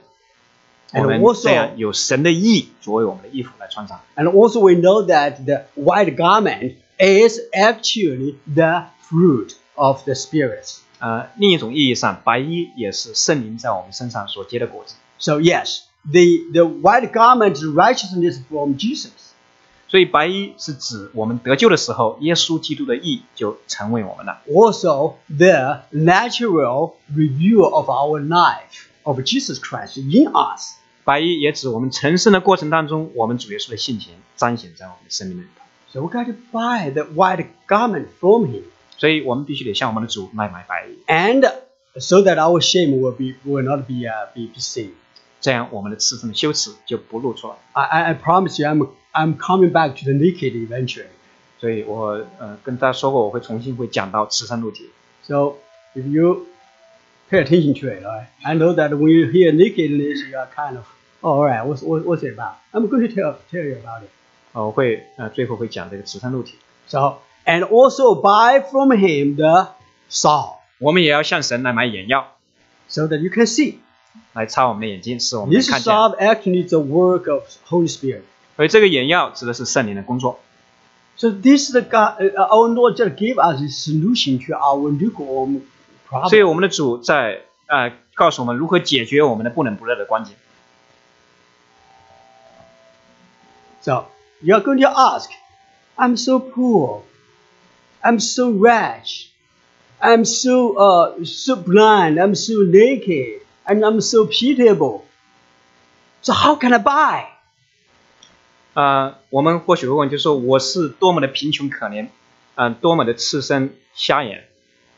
[SPEAKER 2] 哎
[SPEAKER 1] 我们
[SPEAKER 2] 我所
[SPEAKER 1] 这样有神的义作为我们的衣服来穿上。
[SPEAKER 2] And also we know that the white garment is actually the fruit of the Spirit.
[SPEAKER 1] 呃，另一种意义上，白衣也是圣灵在我们身上所结的果子。
[SPEAKER 2] So yes, the, the white garment is righteousness from Jesus.
[SPEAKER 1] 所以白衣是指我们得救的时候，耶稣基督的义就成为我们了。
[SPEAKER 2] Also the natural review of our life of Jesus Christ in us.
[SPEAKER 1] 白衣也指我们成圣的过程当中，我们主耶稣的性情彰显在我们的生命里头。
[SPEAKER 2] So we got to buy the white garment from him.
[SPEAKER 1] 所以我们必须得向我们的主来买白衣，
[SPEAKER 2] and so that our shame will be will not be uh, be, be seen.
[SPEAKER 1] 这样我们的赤身的羞耻就不露出来。
[SPEAKER 2] I, I- I promise you, I'm I'm coming back to the naked eventually.
[SPEAKER 1] 所以我呃跟大家说过，我会重新会讲到慈善路体。
[SPEAKER 2] So if you pay attention to it, all right? I know that when you hear nakedness, you are kind of oh, all right. What's what, what's it about? I'm going to tell tell you about it.
[SPEAKER 1] 呃，我会呃最后会讲这个慈善路体。
[SPEAKER 2] So and also buy from him the salt
[SPEAKER 1] 我们也要向神来买眼药，
[SPEAKER 2] so that you can see.
[SPEAKER 1] 来擦我们的眼睛，使我们能
[SPEAKER 2] This
[SPEAKER 1] 看见。
[SPEAKER 2] salt actually is the work of Holy Spirit.
[SPEAKER 1] 所以这个眼药指的是圣灵的工作。
[SPEAKER 2] So this is the God, uh, our Lord just gave us a solution to our lukewarm
[SPEAKER 1] 所以
[SPEAKER 2] problem.
[SPEAKER 1] 我们的主在呃告诉我们如何解决我们的不冷不热的光景。
[SPEAKER 2] So you're going to ask, I'm so poor, I'm so wretched, I'm so uh, so blind, I'm so naked, and I'm so pitiable. So how can I buy?
[SPEAKER 1] 呃，我们或许会问，就是说我是多么的贫穷可怜，嗯、多么的赤身瞎眼，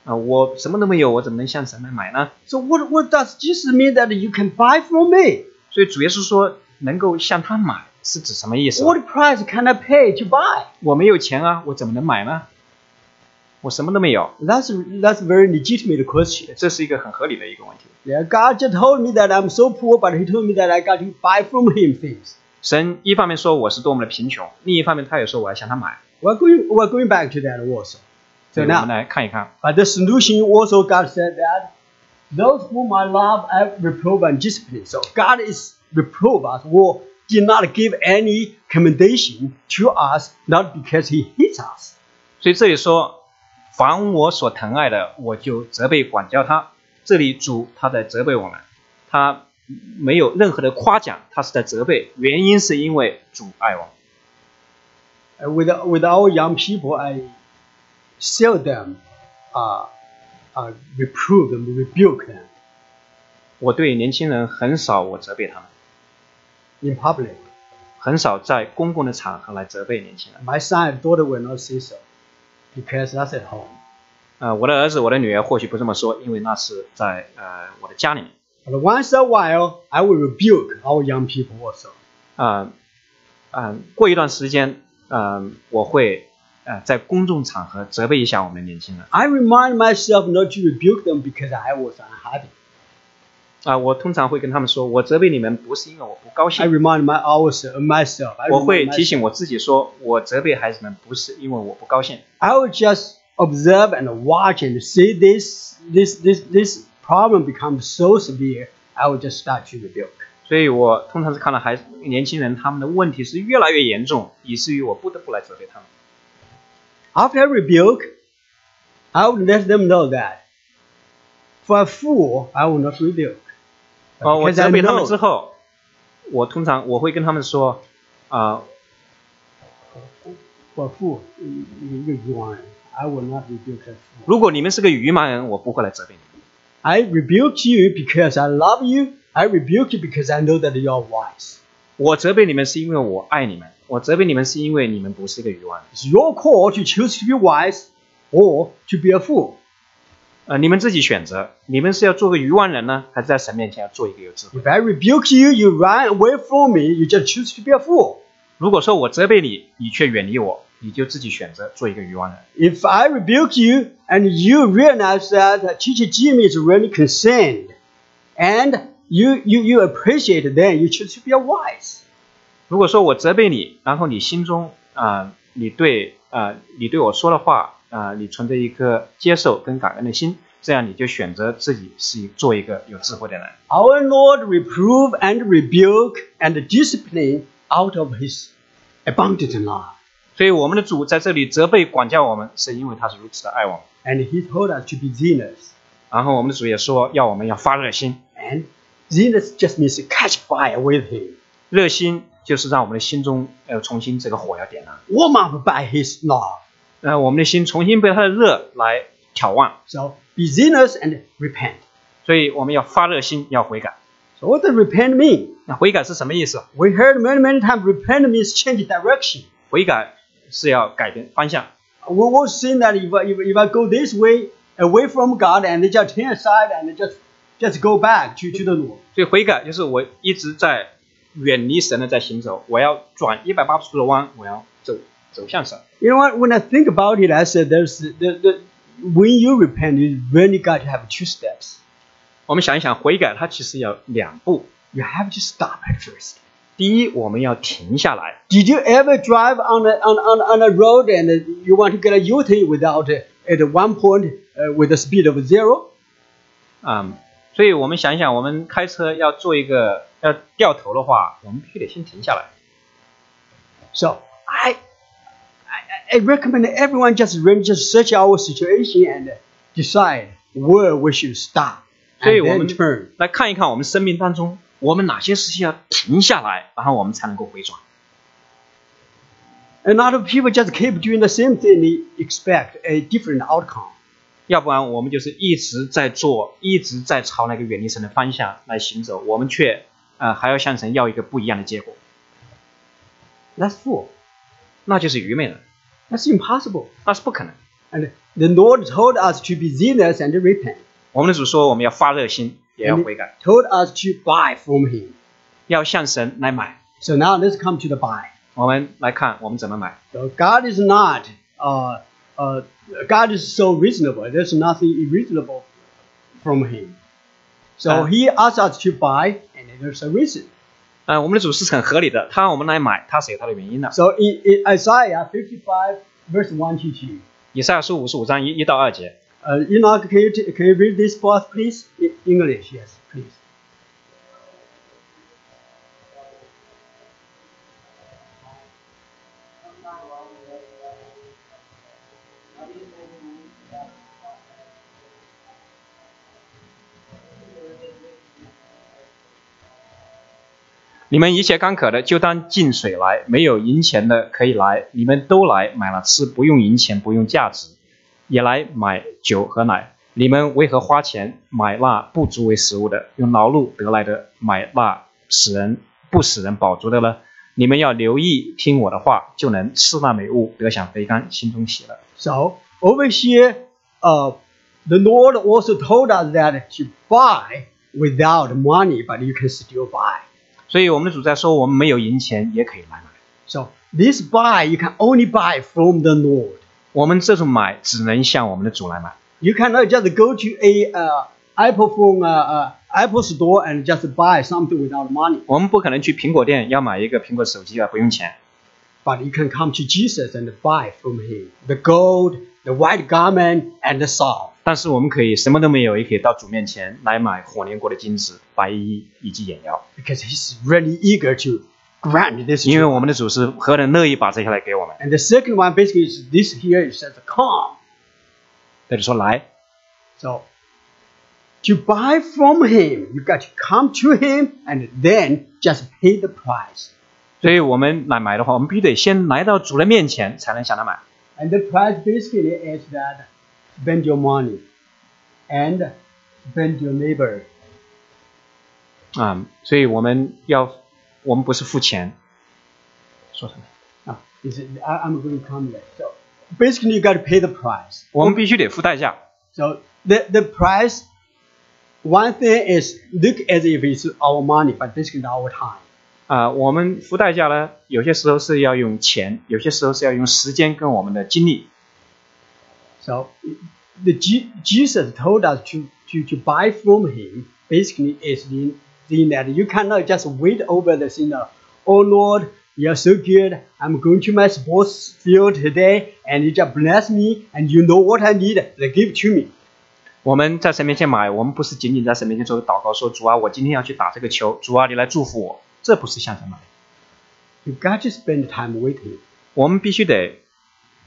[SPEAKER 1] 啊、我什么都没有，我怎么能向神来买呢？
[SPEAKER 2] So what what does Jesus mean that you can buy from me?
[SPEAKER 1] 所以主耶稣说，能够向他买是指什么意思？
[SPEAKER 2] What price can I pay to buy?
[SPEAKER 1] 我没有钱啊，我怎么能买呢？我什么都没有，
[SPEAKER 2] That's that's a very legitimate question.
[SPEAKER 1] 这是一个很合理的一个问题。
[SPEAKER 2] Yeah, God just told me that I'm so poor, but He told me that I got to buy from Him things.
[SPEAKER 1] 神一方面说我是多么的贫穷，另一方面他也说我要向他买。
[SPEAKER 2] We're going we're going back to that also.
[SPEAKER 1] 所
[SPEAKER 2] So
[SPEAKER 1] 以我们
[SPEAKER 2] now,
[SPEAKER 1] 来看一看，
[SPEAKER 2] but the solution also God said that those whom I love, I reprove and discipline. So God is reprove us or did not give any commendation to us, not because He hates us.
[SPEAKER 1] 所以这里说，凡我所疼爱的，我就责备管教他。这里主他在责备我们，他没有任何的夸奖，他是在责备，原因是因为主爱我们。
[SPEAKER 2] Uh, with with our young people, I seldom uh, uh, reprove them, rebuke them
[SPEAKER 1] 我对年轻人很少我责备他们，
[SPEAKER 2] in public.
[SPEAKER 1] 很少在公共的场合来责备年轻人。
[SPEAKER 2] My son and daughter will not say so because that's at home.
[SPEAKER 1] 呃，我的儿子、我的女儿或许不这么说，因为那是在呃我的家里面
[SPEAKER 2] But once in a while, I will rebuke our young people also.
[SPEAKER 1] 啊，嗯、呃过一段时间，嗯、我会呃在公众场合责备一下我们的年轻人啊、
[SPEAKER 2] I remind myself not to rebuke them because I was unhappy.
[SPEAKER 1] 啊我通常会跟他们说，我责备你们不是因为我不高
[SPEAKER 2] I
[SPEAKER 1] 兴，
[SPEAKER 2] remind my also myself. I,
[SPEAKER 1] 我会
[SPEAKER 2] remind
[SPEAKER 1] 提
[SPEAKER 2] myself.
[SPEAKER 1] 醒我自己说，我责备孩子们不是因为我不高兴，
[SPEAKER 2] I will just observe and watch and see this this this this problem becomes so severe. I will just start to rebuke.
[SPEAKER 1] 所以我通常是看到孩子、年轻人他们的问题是越来越严重，以至于我不得不来责备他们。
[SPEAKER 2] After I rebuke, I will let them know that. For a fool, I will not rebuke.
[SPEAKER 1] 哦，我
[SPEAKER 2] Because I
[SPEAKER 1] 责备他们
[SPEAKER 2] know
[SPEAKER 1] 之后，我通常我会跟他们说，啊、
[SPEAKER 2] for a fool, you- you- you are. I will not rebuke a fool.
[SPEAKER 1] 如果你们是个愚盲人，我不会来责备你们。
[SPEAKER 2] I rebuke you because I love you. I rebuke you because I know that you are wise.
[SPEAKER 1] 我责备你们是因为我爱你们，我责备你们是因为你们不是一个愚顽人。
[SPEAKER 2] It's your call to choose to be wise or to be a fool.
[SPEAKER 1] 呃，你们自己选择，你们是要做个愚顽人呢，还是在神面前要做一个有智慧？
[SPEAKER 2] If I rebuke you, you run away from me. You just choose to be a fool.
[SPEAKER 1] 如果说我责备你，你却远离我，你就自己选择做一个愚顽人。
[SPEAKER 2] If I rebuke you and you realize that teacher Jimmy is really concerned, and you you, you appreciate it, then you choose to be a wise.
[SPEAKER 1] 如果说我责备你，然后你心中啊、呃你对啊、呃你对我说的话啊、呃你存着一颗接受跟感恩的心，这样你就选择自己是做一个有智慧的人。
[SPEAKER 2] Our Lord reprove and rebuke and discipline out of His abundant love,
[SPEAKER 1] 所以我们的主在这里责备管教我们，是因为他是如此的爱我们。
[SPEAKER 2] and He told us to be zealous,
[SPEAKER 1] 然后我们的主也说要我们要发热心，
[SPEAKER 2] and zealous just means to catch fire with Him,
[SPEAKER 1] 热心就是让我们的心中呃重新这个火要点燃，
[SPEAKER 2] warm up by His love.
[SPEAKER 1] 那我们的心重新被他的热来挑旺，
[SPEAKER 2] So be zealous and repent.
[SPEAKER 1] 所以我们要发热心，要悔改。
[SPEAKER 2] So what does repent mean?
[SPEAKER 1] 那悔改是什么意思？
[SPEAKER 2] We heard many many times repent means change direction.
[SPEAKER 1] 悔改是要改变方向。
[SPEAKER 2] we will see that if, I- if, if I go this way away from God and just turn aside and just just go back to, to the Lord.
[SPEAKER 1] 所以悔改就是我一直在远离神的在行走，我要转一百八十度的弯，我要走走向神。
[SPEAKER 2] You know what? When I think about it, I said there's the, the, when you repent, you really got to have two steps.
[SPEAKER 1] 我们想一想，悔改它其实要两步。
[SPEAKER 2] You have to stop at first.
[SPEAKER 1] 第一，我们要停下来。
[SPEAKER 2] Did you ever drive on a, on, on, on a road and uh, you want to get a U-turn without uh, at one point uh, with a speed of zero?
[SPEAKER 1] 嗯，所以我们想一想，我们开车要做一个要掉头的话，我们必须得先停下来。
[SPEAKER 2] So I, I, I recommend everyone just really just search our situation and decide where we should stop
[SPEAKER 1] 所以
[SPEAKER 2] and
[SPEAKER 1] 我
[SPEAKER 2] then
[SPEAKER 1] 们
[SPEAKER 2] turn.
[SPEAKER 1] 来看一看我们生命当中，我们哪些事情要停下来，然后我们才能够回转。
[SPEAKER 2] A lot of people just keep doing the same thing. They expect a different outcome.
[SPEAKER 1] 要不然我们就是一直在做，一直在朝那个远离神的方向来行走，我们却呃还要向神要一个不一样的结果，
[SPEAKER 2] That's fool.
[SPEAKER 1] 那就是愚昧人，
[SPEAKER 2] That's impossible.
[SPEAKER 1] 那是不可能。
[SPEAKER 2] And the Lord told us to be zealous and repent.
[SPEAKER 1] 我们的主说，我们要发热心，也要
[SPEAKER 2] And
[SPEAKER 1] 悔改，
[SPEAKER 2] told us to buy from Him.
[SPEAKER 1] 要向神来买。
[SPEAKER 2] So now let's come to the buy.
[SPEAKER 1] 我们来看我们怎么买。
[SPEAKER 2] So God is not uh, uh, God is so reasonable. There's nothing unreasonable from Him. So
[SPEAKER 1] Uh,
[SPEAKER 2] He asks us to buy, and there's a reason.
[SPEAKER 1] 呃，我们的主是很合理的，他让我们来买，他是有他的原因的。
[SPEAKER 2] So in, in Isaiah 55, verse 1 to 2,
[SPEAKER 1] 以赛亚书五十五章一一到二节，
[SPEAKER 2] uh, Enoch, can you, t- can you read this for us, please? In English, yes, please.
[SPEAKER 1] 你们一切干渴的，就当进水来；没有银钱的，可以来，你们都来买了吃，不用银钱，不用价值，也来买酒和奶。你们为何花钱买那不足为食物的，用劳碌得来的买那使人不使人饱足的呢？你们要留意听我的话，就能吃那美物，得享肥甘，心中喜乐。
[SPEAKER 2] So over here, uh, the Lord also told us that to buy without money, but you can still buy.
[SPEAKER 1] 所以我们的主在说，我们没有银钱也可以来买，
[SPEAKER 2] So this buy, you can only buy from the Lord.
[SPEAKER 1] 我们这种买只能向我们的主来买。
[SPEAKER 2] You cannot just go to a uh, Apple phone, uh, uh, Apple store and just buy something without money.
[SPEAKER 1] 我们不可能去苹果店要买一个苹果手机啊，不用钱。
[SPEAKER 2] But you can come to Jesus and buy from him the gold, the white garment, and the salt.
[SPEAKER 1] 但是我们可以什么都没有，也可以到主面前来买火炼过的金子、白衣以及眼药，
[SPEAKER 2] Because he's really eager to grant this. to
[SPEAKER 1] 因为
[SPEAKER 2] you.
[SPEAKER 1] 我们的主是何等乐意把这些来给我们。
[SPEAKER 2] And the second one basically is this here it says come.
[SPEAKER 1] 他就说来，
[SPEAKER 2] So to buy from him, you got to come to him and then just pay the price.
[SPEAKER 1] 所以我们来买的话，我们必须得先来到主的面前，才能向他买。
[SPEAKER 2] And the price basically is that spend your money and spend your neighbor.
[SPEAKER 1] 啊、所以我们要，我们不是付钱，说什么？
[SPEAKER 2] Ah, is it, I, I'm going to come there. So basically, you got to pay the price.
[SPEAKER 1] 我们必须得付代价。
[SPEAKER 2] So the, the price, one thing is look as if it's our money, but basically our time.
[SPEAKER 1] 啊、我们付代价呢，有些时候是要用钱，有些时候是要用时间跟我们的精力。
[SPEAKER 2] So the G, Jesus told us to, to, to buy from him basically is the thing that you cannot just wait over the sinner. Oh Lord, you're so good. I'm going to my sports field today and you just bless me and you know what I need, they give to me.
[SPEAKER 1] 我们在神面前买，我们不是仅仅在神面前做个祷告，说主啊，我今天要去打这个球，主啊，你来祝福我，这不是向神买。
[SPEAKER 2] You got to spend time with him.
[SPEAKER 1] 我们必须得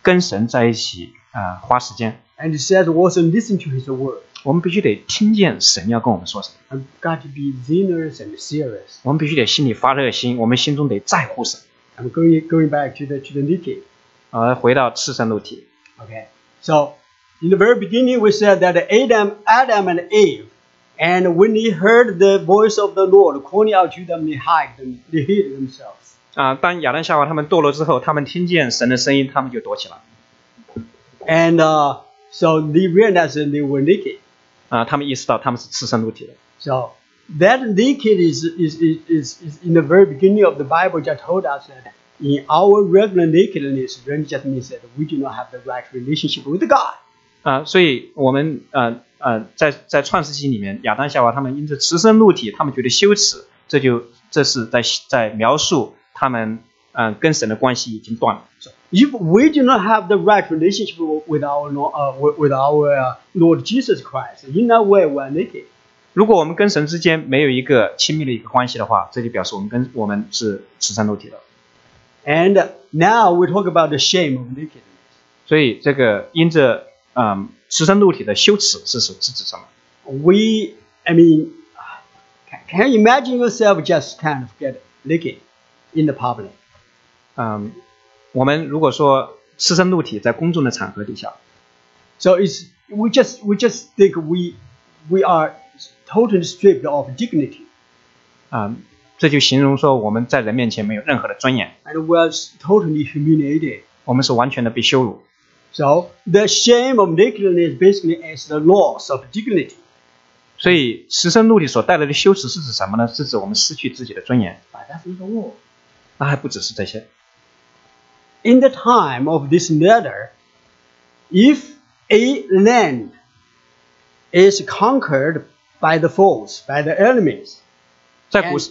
[SPEAKER 1] 跟神在一起啊、呃花时间。
[SPEAKER 2] And he says also listen to his word.
[SPEAKER 1] 我们必须得听见神要跟我们说什么，
[SPEAKER 2] I've got to be zealous and serious.
[SPEAKER 1] 我们必须得心里发热心，我们心中得在乎神。
[SPEAKER 2] I'm going going back to the to the meeting.
[SPEAKER 1] 而回到赤身肉体，
[SPEAKER 2] Okay. So in the very beginning, we said that Adam, Adam and Eve, and when they heard the voice of the Lord calling out to them, they hide them, they hid themselves.
[SPEAKER 1] 啊、当亚当夏娃他们堕落之后，他们听见神的声音，他们就躲起来，
[SPEAKER 2] And uh, so they realized that they were naked.
[SPEAKER 1] 啊、他们意识到他们是赤身肉体的。
[SPEAKER 2] So that naked is is, is, is is in the very beginning of the Bible just told us that in our regular nakedness really just means that we do not have the right relationship with God.
[SPEAKER 1] 啊、所以我们呃呃，在在创世纪里面，亚当夏娃他们因着赤身露体，他们觉得羞耻，这就这是在在描述他们嗯、呃跟神的关系已经断了。
[SPEAKER 2] If we do not have the right relationship with our Lord, uh, with with our uh, Lord Jesus Christ, in that way we are naked.
[SPEAKER 1] 如果我们跟神之间没有一个亲密的一个关系的话，这就表示我们跟我们是赤身露体的。
[SPEAKER 2] And now we talk about the shame of nakedness.
[SPEAKER 1] 所以这个因着嗯、呃赤身露体的羞耻是指是指什么？
[SPEAKER 2] We, I mean, can- can you imagine yourself just kind of get naked in the public?
[SPEAKER 1] 嗯，我们如果说赤身露体在公众的场合底下，
[SPEAKER 2] So it's we just we just think we we are totally stripped of dignity
[SPEAKER 1] 啊、这就形容说我们在人面前没有任何的尊严，
[SPEAKER 2] and we are totally humiliated.
[SPEAKER 1] 我们是完全的被羞辱。
[SPEAKER 2] So the shame of nakedness basically is the loss of dignity.
[SPEAKER 1] 所以赤身露体所带来的羞耻是指什么呢？是指我们失去自己的尊严。
[SPEAKER 2] But that's not all.
[SPEAKER 1] 那还不只是这些。
[SPEAKER 2] In the time of this letter, If a land is conquered by the foes, by the enemies,
[SPEAKER 1] 在古时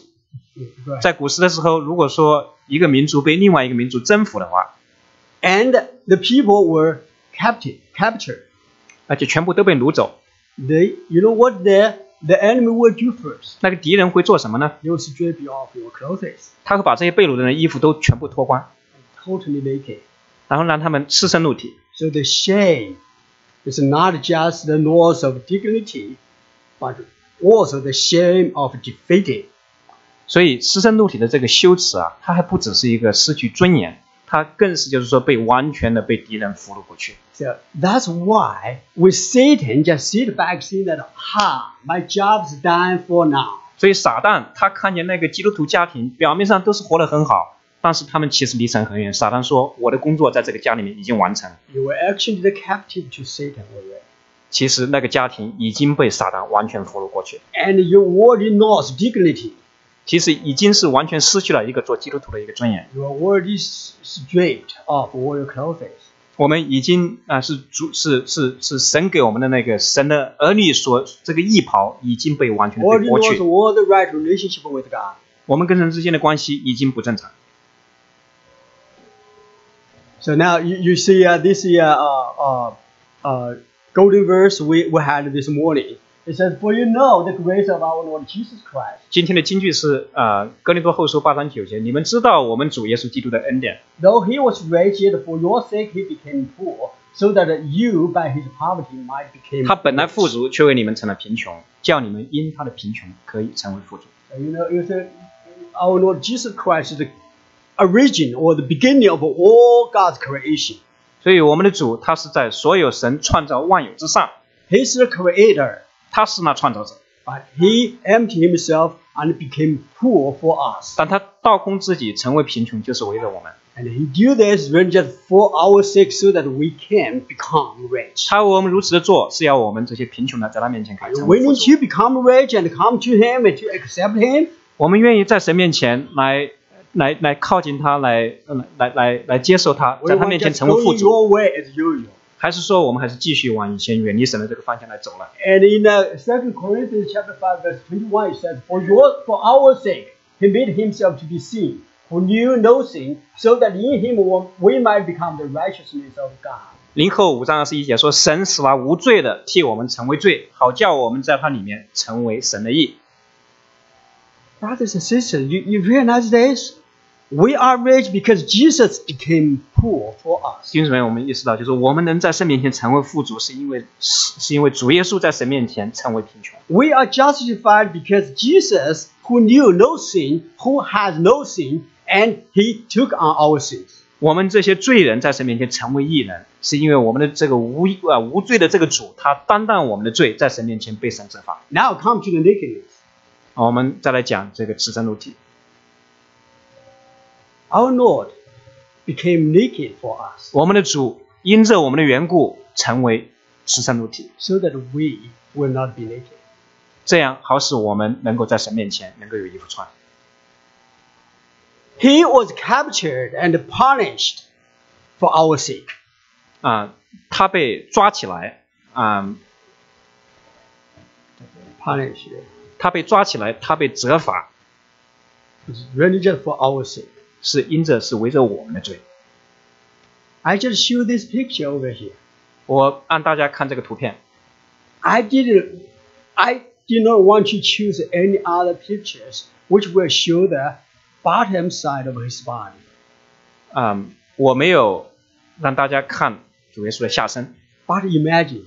[SPEAKER 1] 在古时的时候，如果说一个民族被另外一个民族征服的话，
[SPEAKER 2] and the people were captive, captured,
[SPEAKER 1] 而且全部都被掳走，
[SPEAKER 2] they, you know what the the enemy will do first?
[SPEAKER 1] 那个敌人会做什么呢？
[SPEAKER 2] They will strip you of your clothes,
[SPEAKER 1] 他会把这些被掳的人衣服都全部脱光，
[SPEAKER 2] totally naked.
[SPEAKER 1] 然后让他们赤身露体。
[SPEAKER 2] So the shame is not just the loss of dignity, but also the shame of defeating.
[SPEAKER 1] 所以赤身露体的这个羞耻啊，它还不只是一个失去尊严，它更是就是说被完全的被敌人俘虏过去。
[SPEAKER 2] So that's why we Satan just sit back saying that, ha, my job's done for now.
[SPEAKER 1] 所以撒旦他看见那个基督徒家庭表面上都是活得很好，但是他们其实离神很远。撒旦说：“我的工作在这个家里面已经完成，
[SPEAKER 2] You were actually the captive to Satan already.
[SPEAKER 1] 其实那个家庭已经被撒旦完全俘虏过去，
[SPEAKER 2] And you already lost dignity.
[SPEAKER 1] 其实已经是完全失去了一个做基督徒的一个尊严。
[SPEAKER 2] You are already s- stripped of all your clothes.
[SPEAKER 1] 我们已经啊、是主是是是神给我们的那个神的儿女所这个衣袍已经被完全地
[SPEAKER 2] Already
[SPEAKER 1] 被剥
[SPEAKER 2] lost
[SPEAKER 1] 去，
[SPEAKER 2] all the right relationship with God.
[SPEAKER 1] 我们跟神之间的关系已经不正常。”
[SPEAKER 2] So now you, you see uh, this uh, uh, uh, golden verse we, we had this morning. It says, For you know the grace of our Lord Jesus Christ,
[SPEAKER 1] 今天的金句是呃，哥林多后书八章九节，你们知道我们主耶稣基督的恩典，
[SPEAKER 2] though he was rich, yet for your sake he became poor, so that you by his poverty might become
[SPEAKER 1] 他本来富
[SPEAKER 2] rich."
[SPEAKER 1] 足，却为你们成了贫穷，叫你们因他的贫穷可以成为富足。
[SPEAKER 2] So uh, You know, you say, our Lord Jesus Christ is the origin or the beginning of all God's creation.
[SPEAKER 1] 所以我们的主他是在所有神创造万有之上，
[SPEAKER 2] He's the creator,
[SPEAKER 1] 他是那创造者，
[SPEAKER 2] but he emptied himself and became poor for us.
[SPEAKER 1] 但他倒空自己成为贫穷，就是为了我们。
[SPEAKER 2] And he do this really just for our sake so that we can become rich.
[SPEAKER 1] 他为我们如此的做，是要我们这些贫穷的在他面前可以成
[SPEAKER 2] We
[SPEAKER 1] 为富
[SPEAKER 2] need
[SPEAKER 1] 足。
[SPEAKER 2] to become rich and come to him and to accept him.
[SPEAKER 1] 我们愿意在神面前来来来靠近他，来呃来来来接受他，
[SPEAKER 2] We
[SPEAKER 1] 在他
[SPEAKER 2] will
[SPEAKER 1] 面前
[SPEAKER 2] just
[SPEAKER 1] 成为
[SPEAKER 2] go
[SPEAKER 1] 富
[SPEAKER 2] in
[SPEAKER 1] 足，
[SPEAKER 2] your way as usual.
[SPEAKER 1] 还是说我们还是继续往以前远离神的这个方向来走呢？
[SPEAKER 2] And in uh, 2 Corinthians chapter 5, verse 21, it says, for, your, for our sake he made himself to be sin, who knew no sin, so that in him we might become the righteousness of God.
[SPEAKER 1] 零后五章二十一节说：“神使他无罪的替我们成为罪，好叫我们在他里面成为神的义。
[SPEAKER 2] Brothers and sisters, you, you realize this? We are rich because Jesus became poor for ” us.
[SPEAKER 1] 弟兄姊妹，我们意识到，就是我们能在神面前成为富足，是因为是是因为主耶稣在神面前成为贫穷。
[SPEAKER 2] We are justified because Jesus, who knew no sin, who has no sin, and he took on our sins.
[SPEAKER 1] 我们这些罪人在神面前成为义人，是因为我们的这个无啊无罪的这个主，他担当我们的罪，在神面前被神责罚。
[SPEAKER 2] Now come to the nakedness.
[SPEAKER 1] 好，我们再来讲这个赤身露体。
[SPEAKER 2] Our Lord became naked for us.
[SPEAKER 1] 我们的主因着我们的缘故成为赤身露体，
[SPEAKER 2] so that we will not be naked.
[SPEAKER 1] 这样好使我们能够在神面前能够有衣服穿。
[SPEAKER 2] He was captured and punished for our sake.
[SPEAKER 1] 啊、他被抓起来，啊、
[SPEAKER 2] Punished.
[SPEAKER 1] 他被抓起来，他被责罚，
[SPEAKER 2] It's really just for our sake.
[SPEAKER 1] 是因着是围着我们的罪。
[SPEAKER 2] I just show this picture over here.
[SPEAKER 1] 我让大家看这个图片，
[SPEAKER 2] I didn't I did not want to choose any other pictures which will show the bottom side of his body.
[SPEAKER 1] 啊、我没有让大家看主耶稣的下身，
[SPEAKER 2] But imagine,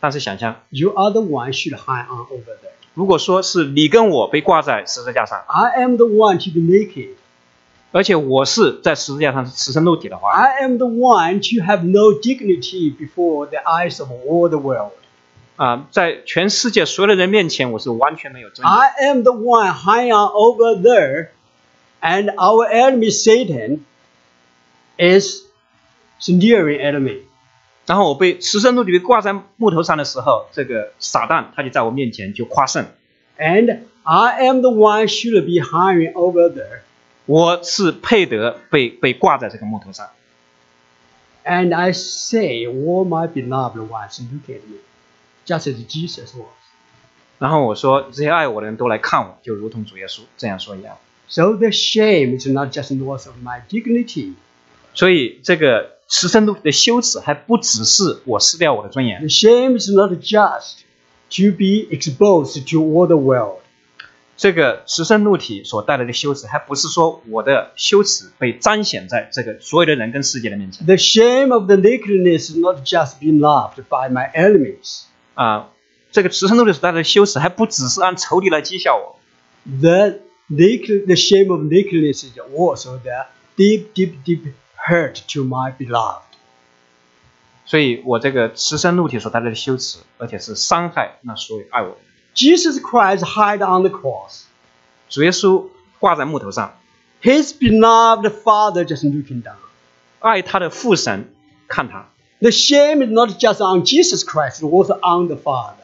[SPEAKER 1] 但是想象，
[SPEAKER 2] you are the one should hang on over there.
[SPEAKER 1] 如果说是你跟我被挂在十字架上，
[SPEAKER 2] I am the one to be naked.
[SPEAKER 1] 而且我是在十字架上赤身露体的话，
[SPEAKER 2] I am the one to have no dignity before the eyes of all the world.
[SPEAKER 1] 啊、在全世界所有的人面前，我是完全没有尊严。
[SPEAKER 2] I am the one high on over there, and our enemy Satan is sneering at me.
[SPEAKER 1] 然后我被赤身露体被挂在木头上的时候，这个撒旦他就在我面前就夸胜，
[SPEAKER 2] And I am the one should be high over there.
[SPEAKER 1] 我是配得被被挂在这个木头上。
[SPEAKER 2] And I say, all my beloved ones, look at me, just as Jesus was.
[SPEAKER 1] 然后我说这些爱我的人都来看我，就如同主耶稣这样说一样。
[SPEAKER 2] So the shame is not just loss of my dignity.
[SPEAKER 1] 所以这个十深度的羞耻还不只是我失掉我的尊严
[SPEAKER 2] The，shame is not just to be exposed to all the world.
[SPEAKER 1] 这个十深度体所带来的羞耻，还不是说我的羞耻被彰显在这个所有的人跟世界的面前
[SPEAKER 2] The shame of the nakedness is not just being loved by my enemies.
[SPEAKER 1] 啊。这个十深度体所带来的羞耻，还不只是按仇敌来讥笑我，
[SPEAKER 2] The, naked, the shame of nakedness is also the deep, deep, deep hurt to my beloved.
[SPEAKER 1] 所以我这个十深度体所带来的羞耻，而且是伤害那所有爱我的人。
[SPEAKER 2] Jesus Christ hid on the cross.
[SPEAKER 1] 主耶稣挂在木头上，
[SPEAKER 2] His beloved Father just looking down.
[SPEAKER 1] 爱他的父神看他，
[SPEAKER 2] The shame is not just on Jesus Christ, it's also on the Father.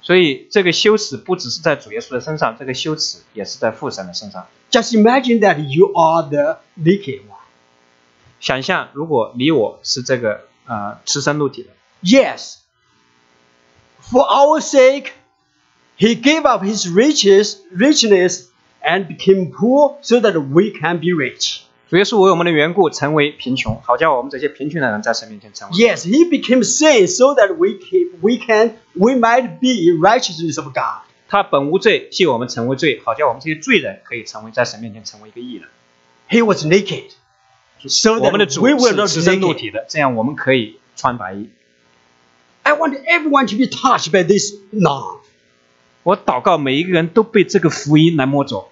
[SPEAKER 1] 所以这个羞耻不只是在主耶稣的身上，这个羞耻也是在父神的身上。
[SPEAKER 2] Just imagine that you are the naked one.
[SPEAKER 1] 想象如果你我是这个呃赤身露体的，
[SPEAKER 2] Yes, for our sake, he gave up his riches, richness, and became poor so that we can be rich.
[SPEAKER 1] 主耶稣为我们的缘故成为贫穷，好叫我们这些贫穷的人在神面前成为。
[SPEAKER 2] Yes, he became sin so that we can, we can we might be in righteousness of God.
[SPEAKER 1] 他本无罪，替我们成为罪，好叫我们这些罪人可以成为在神面前成为一个义人。
[SPEAKER 2] He was naked. So
[SPEAKER 1] 我们的
[SPEAKER 2] that
[SPEAKER 1] 主
[SPEAKER 2] we will
[SPEAKER 1] 是
[SPEAKER 2] not
[SPEAKER 1] 赤
[SPEAKER 2] be
[SPEAKER 1] 身露
[SPEAKER 2] naked.
[SPEAKER 1] 体的，这样我们可以穿白衣。
[SPEAKER 2] I want everyone to be touched by this love.
[SPEAKER 1] 我祷告每一个人都被这个福音来摸着，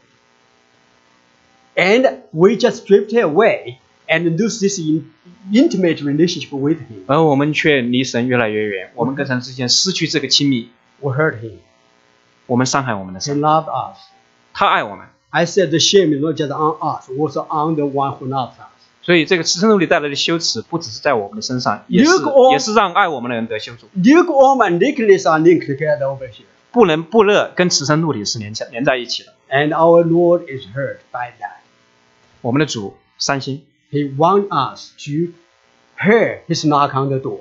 [SPEAKER 2] And we just drift away and lose this in, intimate relationship with him
[SPEAKER 1] 而我们却离神越来越远，我们跟神之间失去这个亲密，
[SPEAKER 2] We hurt him.
[SPEAKER 1] 我们伤害我们的
[SPEAKER 2] He
[SPEAKER 1] 神，
[SPEAKER 2] loved us.
[SPEAKER 1] 他爱我们。
[SPEAKER 2] I said the shame is not just on us, also on the one who loves us.
[SPEAKER 1] 所以这个赤身露体带来的羞耻，不只是在我们的身上，也是
[SPEAKER 2] 如果
[SPEAKER 1] 也是让爱我们的人得羞辱。
[SPEAKER 2] Luke, all my nakedness are linked together over here.
[SPEAKER 1] 不能不热跟赤身露体是连起连在一起的。
[SPEAKER 2] And our Lord is hurt by that.
[SPEAKER 1] 我们的主伤心，
[SPEAKER 2] He wants us to hear his knock on the door.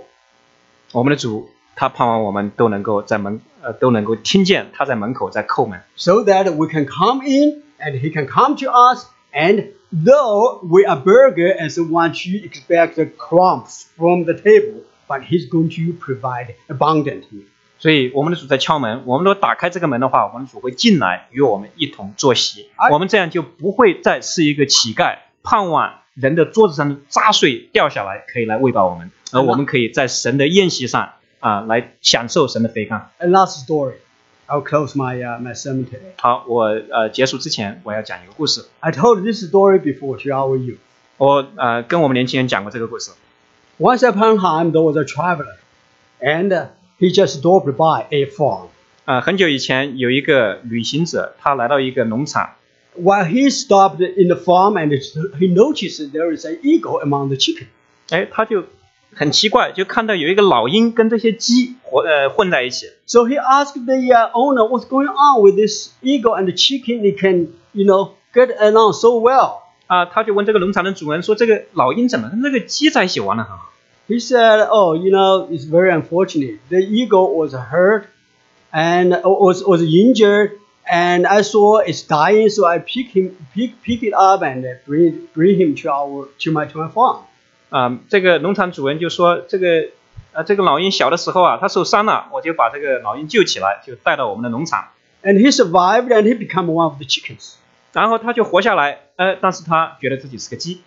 [SPEAKER 1] 我们的主他盼望我们都能够在门呃都能够听见他在门口在叩门，
[SPEAKER 2] so that we can come in and he can come to us. And though we are burger and so want to expect the crumbs from the table, but he's going to provide abundantly.
[SPEAKER 1] 所以我们的主在敲门。我们如果打开这个门的话，我们的主会进来与我们一同坐席
[SPEAKER 2] 哎，
[SPEAKER 1] 我们这样就不会再是一个乞丐，盼望人的桌子上的渣碎掉下来可以来喂饱我们，而我们可以在神的宴席上啊、来享受神的肥甘。
[SPEAKER 2] A last story. I'll close my uh, my sermon today.
[SPEAKER 1] 好，我呃结束之前我要讲一个故事。
[SPEAKER 2] I told this story before to our youth.
[SPEAKER 1] 我呃跟我们年轻人讲过这个故事。
[SPEAKER 2] Once upon a time, there was a traveler, and uh, he just stopped by a farm.
[SPEAKER 1] 呃，很久以前有一个旅行者，他来到一个农场，
[SPEAKER 2] While he stopped in the farm, and he noticed that there is an eagle among the chicken.
[SPEAKER 1] 哎，他就很奇怪，就看到有一个老鹰跟这些鸡混呃混在一起，
[SPEAKER 2] So he asked the uh, owner what's going on with this eagle and the chicken. They can, you know, get along so well.
[SPEAKER 1] 啊、他就问这个农场的主人说，这个老鹰怎么跟这个鸡在一起玩的啊很好？
[SPEAKER 2] He said, "Oh, you know, it's very unfortunate. The eagle was hurt and uh, was was injured, and I saw it's dying, so I pick him, pick pick it up, and uh, bring bring him to our to my to my farm."
[SPEAKER 1] 啊、这个农场主人就说，这个呃这个老鹰小的时候啊，它受伤了，我就把这个老鹰救起来，就带到我们的农场，
[SPEAKER 2] And he survived, and he became one of the chickens.
[SPEAKER 1] 然后他就活下来，呃，但是他觉得自己是个鸡。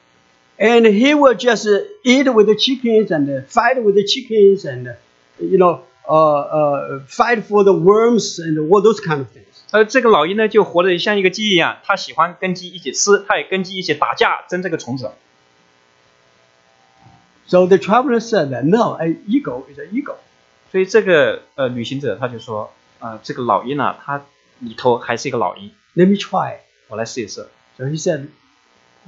[SPEAKER 2] and he will just uh, eat with the chickens and uh, fight with the chickens and uh, you know uh, uh, fight for the worms and all those kind of things.
[SPEAKER 1] 呃，这个老鹰呢，就活得像一个鸡一样，它喜欢跟鸡一起吃，它也跟鸡一起打架，争这个虫子。
[SPEAKER 2] So the traveler said that no, an eagle is an eagle.
[SPEAKER 1] 所以这个呃旅行者他就说，呃，这个老鹰呢、它里头还是一个老鹰，
[SPEAKER 2] Let me try.
[SPEAKER 1] 我来试一试。
[SPEAKER 2] So he said,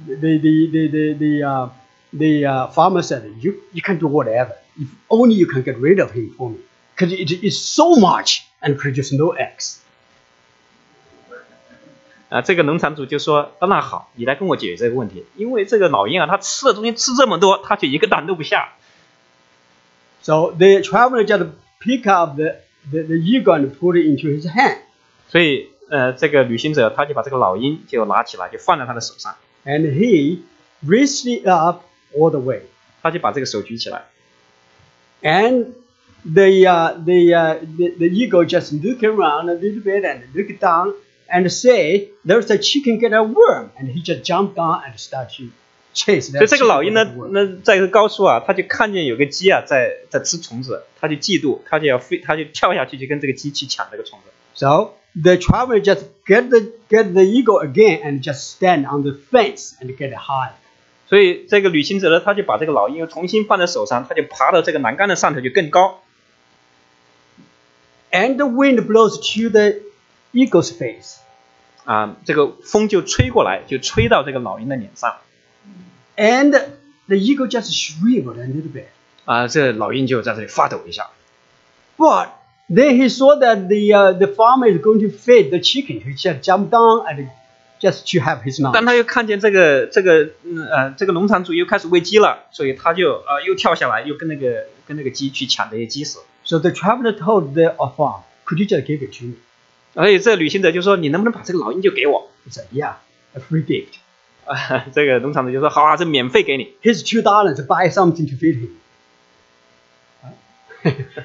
[SPEAKER 2] the the the the the, uh, the uh, farmer said, you you can do whatever. If only you can get rid of him for me, because it is so much and produce no eggs.
[SPEAKER 1] 啊，这个农场主就说：“啊那好，你来跟我解决这个问题，因为这个老鹰啊，它吃的东西吃这么多，它却一个蛋都不下。
[SPEAKER 2] So the traveler just pick up the, the, the eagle and put it into his hand.
[SPEAKER 1] 所以，呃，这个旅行者他就把这个老鹰就拿起来，就放在他的手上，
[SPEAKER 2] And he raised it up all the way.
[SPEAKER 1] 他就把这个手举起来。
[SPEAKER 2] And the, uh, the, uh, the, the eagle just look around a little bit and look down and say, there's a chicken get a worm. And he just jumped down and start to
[SPEAKER 1] 所
[SPEAKER 2] chase
[SPEAKER 1] 以
[SPEAKER 2] that
[SPEAKER 1] 这个
[SPEAKER 2] chicken
[SPEAKER 1] 老鹰
[SPEAKER 2] with
[SPEAKER 1] 呢
[SPEAKER 2] the，worm.
[SPEAKER 1] 那在一个高处啊，他就看见有个鸡啊在在吃虫子，他就嫉妒，他就要飞，他就跳下去去跟这个鸡去抢这个虫子。
[SPEAKER 2] So the traveler just get the, get the eagle again and just stand on the fence and get high.
[SPEAKER 1] 所以这个旅行者呢，他就把这个老鹰又重新放在手上，他就爬到这个栏杆的上头就更高。
[SPEAKER 2] And the wind blows to the eagle's face.
[SPEAKER 1] 啊，这个风就吹过来，就吹到这个老鹰的脸上，
[SPEAKER 2] And the eagle just shriveled a little bit.
[SPEAKER 1] 啊，这老鹰就在这里发抖一下，
[SPEAKER 2] But then he saw that the uh, the farmer is going to feed the chicken. He just jumped down and just to have his
[SPEAKER 1] 但
[SPEAKER 2] lunch.
[SPEAKER 1] 他又看见这个这个嗯呃这个农场主又开始喂鸡了，所以他就啊、呃又跳下来，又跟那个跟那个鸡去抢这些鸡食。
[SPEAKER 2] So the traveler told the uh, farm, "Could you just give it to me?"
[SPEAKER 1] 所以这旅行者就说：“你能不能把这个老鹰就给我
[SPEAKER 2] He said, "Yeah, a free gift.
[SPEAKER 1] 啊、这个农场主就说：“好啊，这免费给你。
[SPEAKER 2] Here's two dollars. Buy something to feed him."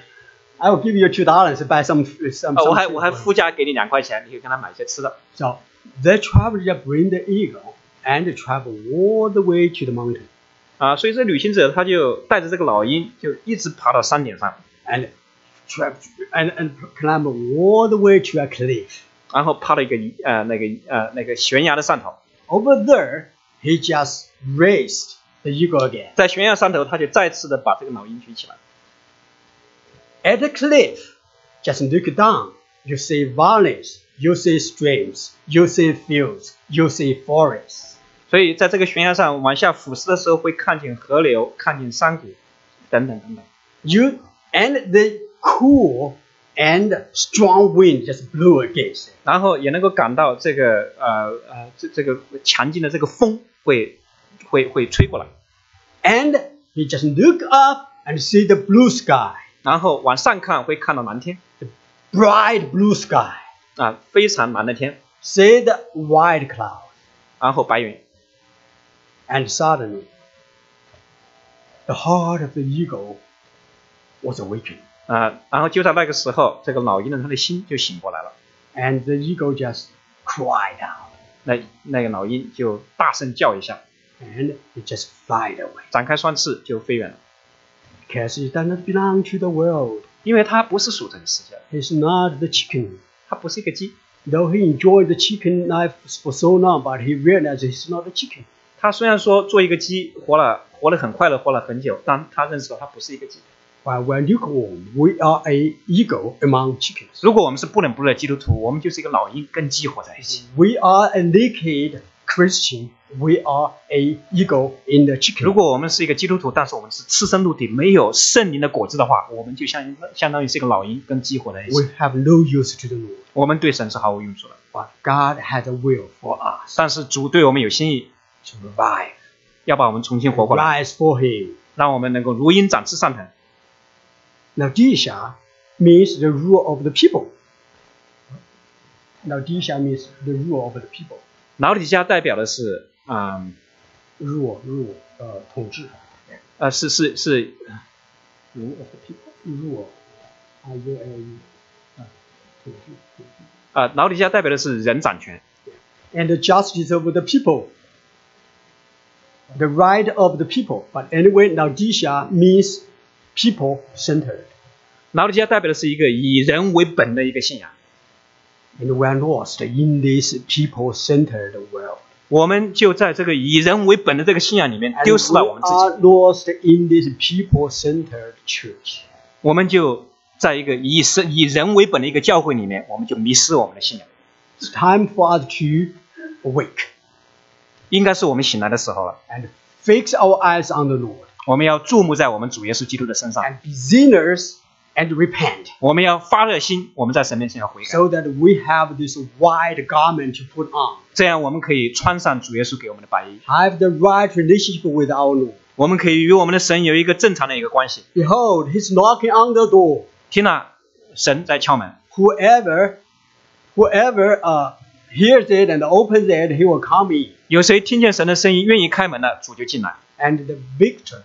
[SPEAKER 2] I will give you two dollars. Buy some some.
[SPEAKER 1] 啊，我
[SPEAKER 2] some
[SPEAKER 1] 还
[SPEAKER 2] food
[SPEAKER 1] 我还
[SPEAKER 2] for him."
[SPEAKER 1] 附加给你两块钱，你可以跟他买些吃的。
[SPEAKER 2] So the traveler just bring the eagle and travel all the way to the mountain.
[SPEAKER 1] 啊，所以这旅行者他就带着这个老鹰，就一直爬到山顶上，
[SPEAKER 2] and trap and, and climb all the way to a cliff.
[SPEAKER 1] 然后爬到一个呃那个呃那个悬崖的上头，
[SPEAKER 2] Over there, he just raised the eagle again.
[SPEAKER 1] 在悬崖上头，他就再次的把这个老鹰举起来。
[SPEAKER 2] At the cliff, just look down. You see valleys, you see streams, you see fields, you see forests.
[SPEAKER 1] 所以在这个悬崖上往下俯视的时候，会看见河流，看见山谷，等等等等。
[SPEAKER 2] You and the cool and strong wind just blew against it.
[SPEAKER 1] 然后也能够感到这个呃呃这这个强劲的这个风会会会吹过来，
[SPEAKER 2] And he just look up and see the blue sky,
[SPEAKER 1] 然后往上看会看到蓝天
[SPEAKER 2] bright blue sky.
[SPEAKER 1] 啊、非常蓝的天，
[SPEAKER 2] See the white cloud.
[SPEAKER 1] 然后白云。
[SPEAKER 2] And suddenly, the heart of the eagle was awakened.
[SPEAKER 1] 啊、然后就在那个时候，这个老鹰的他的心就醒过来了，
[SPEAKER 2] And the eagle just cried out.
[SPEAKER 1] 那那个老鹰就大声叫一下，
[SPEAKER 2] And it just flied away.
[SPEAKER 1] 展开双翅就飞远了，
[SPEAKER 2] Because it does not belong to the world.
[SPEAKER 1] 因为它不是属这个世界的，
[SPEAKER 2] It's not the chicken.
[SPEAKER 1] 它不是一个鸡，
[SPEAKER 2] Though he enjoyed the chicken life for so long, but he realized it's not a chicken.
[SPEAKER 1] 它虽然说做一个鸡活了活得很快乐，活了很久，但它认识到它不是一个鸡。
[SPEAKER 2] While we're lukewarm, we are a eagle among chickens.
[SPEAKER 1] 如果我们是不冷不热的基督徒，我们就是一个老鹰跟鸡活在一起。
[SPEAKER 2] We are a naked Christian. We are a eagle in the chicken.
[SPEAKER 1] 如果我们是一个基督徒，但是我们是赤身露体，没有圣灵的果子的话，我们就相相当于是一个老鹰跟鸡活在一
[SPEAKER 2] we
[SPEAKER 1] 起，
[SPEAKER 2] have no use to the Lord.
[SPEAKER 1] 我们对神是毫无用处的。啊
[SPEAKER 2] But God has a will for us
[SPEAKER 1] 但是主对我们有心意，
[SPEAKER 2] to revive,
[SPEAKER 1] 要把我们重新活过来，
[SPEAKER 2] rise for Him.
[SPEAKER 1] 让我们能够如鹰展翅上腾。
[SPEAKER 2] Laodicea means the rule of the people. Laodicea means the rule of the people.
[SPEAKER 1] 老底家代表的是，嗯，
[SPEAKER 2] Rule, rule, uh, 统治.
[SPEAKER 1] 呃，是是是，
[SPEAKER 2] Rule of the people. Rule. R U L E. uh, 统治,统治.
[SPEAKER 1] 呃，老底家代表的是人掌权，
[SPEAKER 2] And the justice of the people. The right of the people. But anyway, Laodicea means people centered.
[SPEAKER 1] 老底家代表的是一个以人为本的一个信仰。
[SPEAKER 2] And we're lost in this people centered world.
[SPEAKER 1] 我们就在这个以人为本的这个信仰里面
[SPEAKER 2] And
[SPEAKER 1] 丢失
[SPEAKER 2] we
[SPEAKER 1] 了我们自己。
[SPEAKER 2] are lost in this people-centered church.
[SPEAKER 1] 我们就在一个以神以人为本的一个教会里面，我们就迷失我们的信仰。
[SPEAKER 2] It's time for us to awake
[SPEAKER 1] 应该是我们醒来的时候了。
[SPEAKER 2] and fix our eyes on the Lord
[SPEAKER 1] 我们要注目在我们主耶稣基督的身上，
[SPEAKER 2] and be sinners and repent
[SPEAKER 1] 我们要发热心，我们在神面前要悔改，
[SPEAKER 2] so that we have this white garment to put on,
[SPEAKER 1] 这样我们可以穿上主耶稣给我们的白衣，
[SPEAKER 2] have the right relationship with our Lord.
[SPEAKER 1] 我们可以与我们的神有一个正常的一个关系。
[SPEAKER 2] Behold, he's knocking on the door.
[SPEAKER 1] 听了，神在敲门，
[SPEAKER 2] Whoever, whoever uh, hears it and opens it, he will come in.
[SPEAKER 1] 有谁听见神的声音，愿意开门的，主就进来。
[SPEAKER 2] And the victor,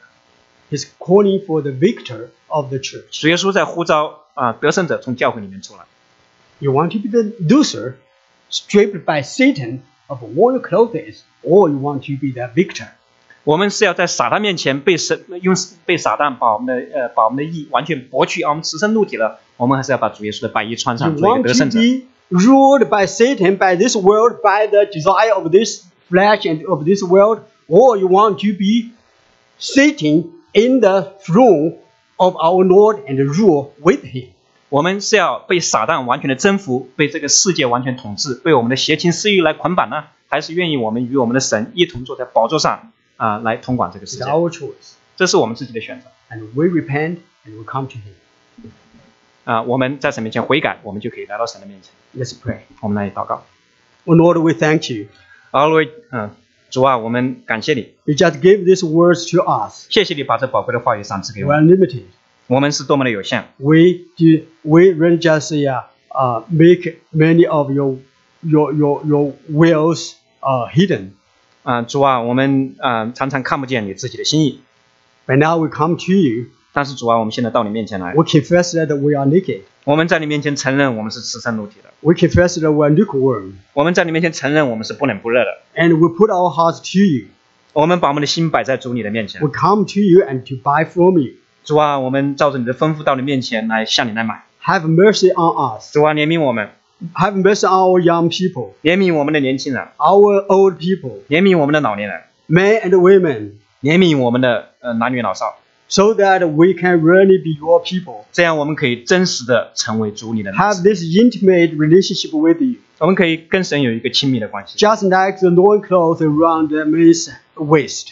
[SPEAKER 2] he's calling for the victor of the church.
[SPEAKER 1] 主耶稣在呼召啊、得胜者从教会里面出来。
[SPEAKER 2] You want to be the loser, stripped by Satan of all your clothes, or you want to be the victor.
[SPEAKER 1] 我们是要在撒旦面前被神用被撒旦把我们的呃把我们的义完全剥去，啊，我们赤身露体了，我们还是要把主耶稣的白衣穿
[SPEAKER 2] Ah,
[SPEAKER 1] 上，
[SPEAKER 2] You
[SPEAKER 1] 做一个
[SPEAKER 2] want
[SPEAKER 1] 得
[SPEAKER 2] to
[SPEAKER 1] 胜者。
[SPEAKER 2] be ruled by Satan, by this world, by the desire of this flesh and of this world, or you want to be sitting in the throne of our Lord and rule with Him.
[SPEAKER 1] 我们是要被撒旦完全的征服，被这个世界完全统治，被我们的邪情私欲来捆绑呢，还是愿意我们与我们的神一同坐在宝座上啊、来统管这个世界？
[SPEAKER 2] It's our choice,
[SPEAKER 1] 这是我们自己的选择
[SPEAKER 2] and we repent and we come to Him.
[SPEAKER 1] 啊、我们在神面前悔改，我们就可以来到神的面前。
[SPEAKER 2] Let's pray.
[SPEAKER 1] 我们来祷告。
[SPEAKER 2] Oh Lord, we thank you.
[SPEAKER 1] 阿罗，嗯，主啊，我们感谢你，
[SPEAKER 2] You just gave these words to us.
[SPEAKER 1] 谢谢你把这宝贵的话语赏赐给我
[SPEAKER 2] We
[SPEAKER 1] 们。
[SPEAKER 2] are limited.
[SPEAKER 1] 我们是多么的有限，
[SPEAKER 2] We do. We really just uh, uh, make many of your your your your wills uh, hidden.
[SPEAKER 1] 啊、主啊，我们啊、常常看不见你自己的心意。
[SPEAKER 2] But now we come to you.
[SPEAKER 1] 但是主啊，我们现在到你面前来，
[SPEAKER 2] We confess that we are naked.
[SPEAKER 1] 我们在你面前承认我们是赤身裸体的，
[SPEAKER 2] We confess that we are lukewarm.
[SPEAKER 1] 我们在你面前承认我们是不冷不热的。
[SPEAKER 2] And we put our hearts to you.
[SPEAKER 1] 我们把我们的心摆在主你的面前
[SPEAKER 2] We，come to you and to buy from you.
[SPEAKER 1] 主啊，我们照着你的吩咐到你面前来向你来买。
[SPEAKER 2] Have mercy on us.
[SPEAKER 1] 主啊，怜悯我们，
[SPEAKER 2] Have mercy on our young people,
[SPEAKER 1] 怜悯我们的年轻人，
[SPEAKER 2] our old people,
[SPEAKER 1] 怜悯我们的老年人，
[SPEAKER 2] men and women,
[SPEAKER 1] 怜悯我们的呃男女老少，
[SPEAKER 2] so that we can really be your people.
[SPEAKER 1] 这样我们可以真实的成为主你的人，
[SPEAKER 2] Have this intimate relationship with you,
[SPEAKER 1] 我们可以跟神有一个亲密的关系，
[SPEAKER 2] just like the loincloth around the man's waist.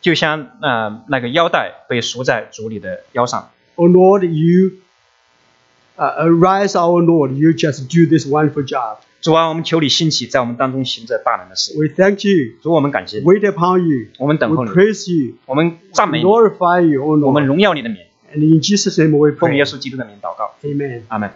[SPEAKER 1] 就像呃那个腰带被束在主你的腰上。
[SPEAKER 2] Oh Lord, you uh, arise, our Lord. You just do this wonderful job.
[SPEAKER 1] 主啊，我们求你兴起，在我们当中行着大能的事。
[SPEAKER 2] We thank you.
[SPEAKER 1] 主，我们感谢你，
[SPEAKER 2] wait upon you.
[SPEAKER 1] 我们等候
[SPEAKER 2] We
[SPEAKER 1] 你，
[SPEAKER 2] praise you.
[SPEAKER 1] 我们赞美你，
[SPEAKER 2] Glorify you, O
[SPEAKER 1] 我们
[SPEAKER 2] Lord.
[SPEAKER 1] 荣耀你的名，
[SPEAKER 2] And in Jesus' name we
[SPEAKER 1] 奉
[SPEAKER 2] pray.
[SPEAKER 1] 耶稣基督的名祷告，
[SPEAKER 2] Amen.
[SPEAKER 1] 阿门。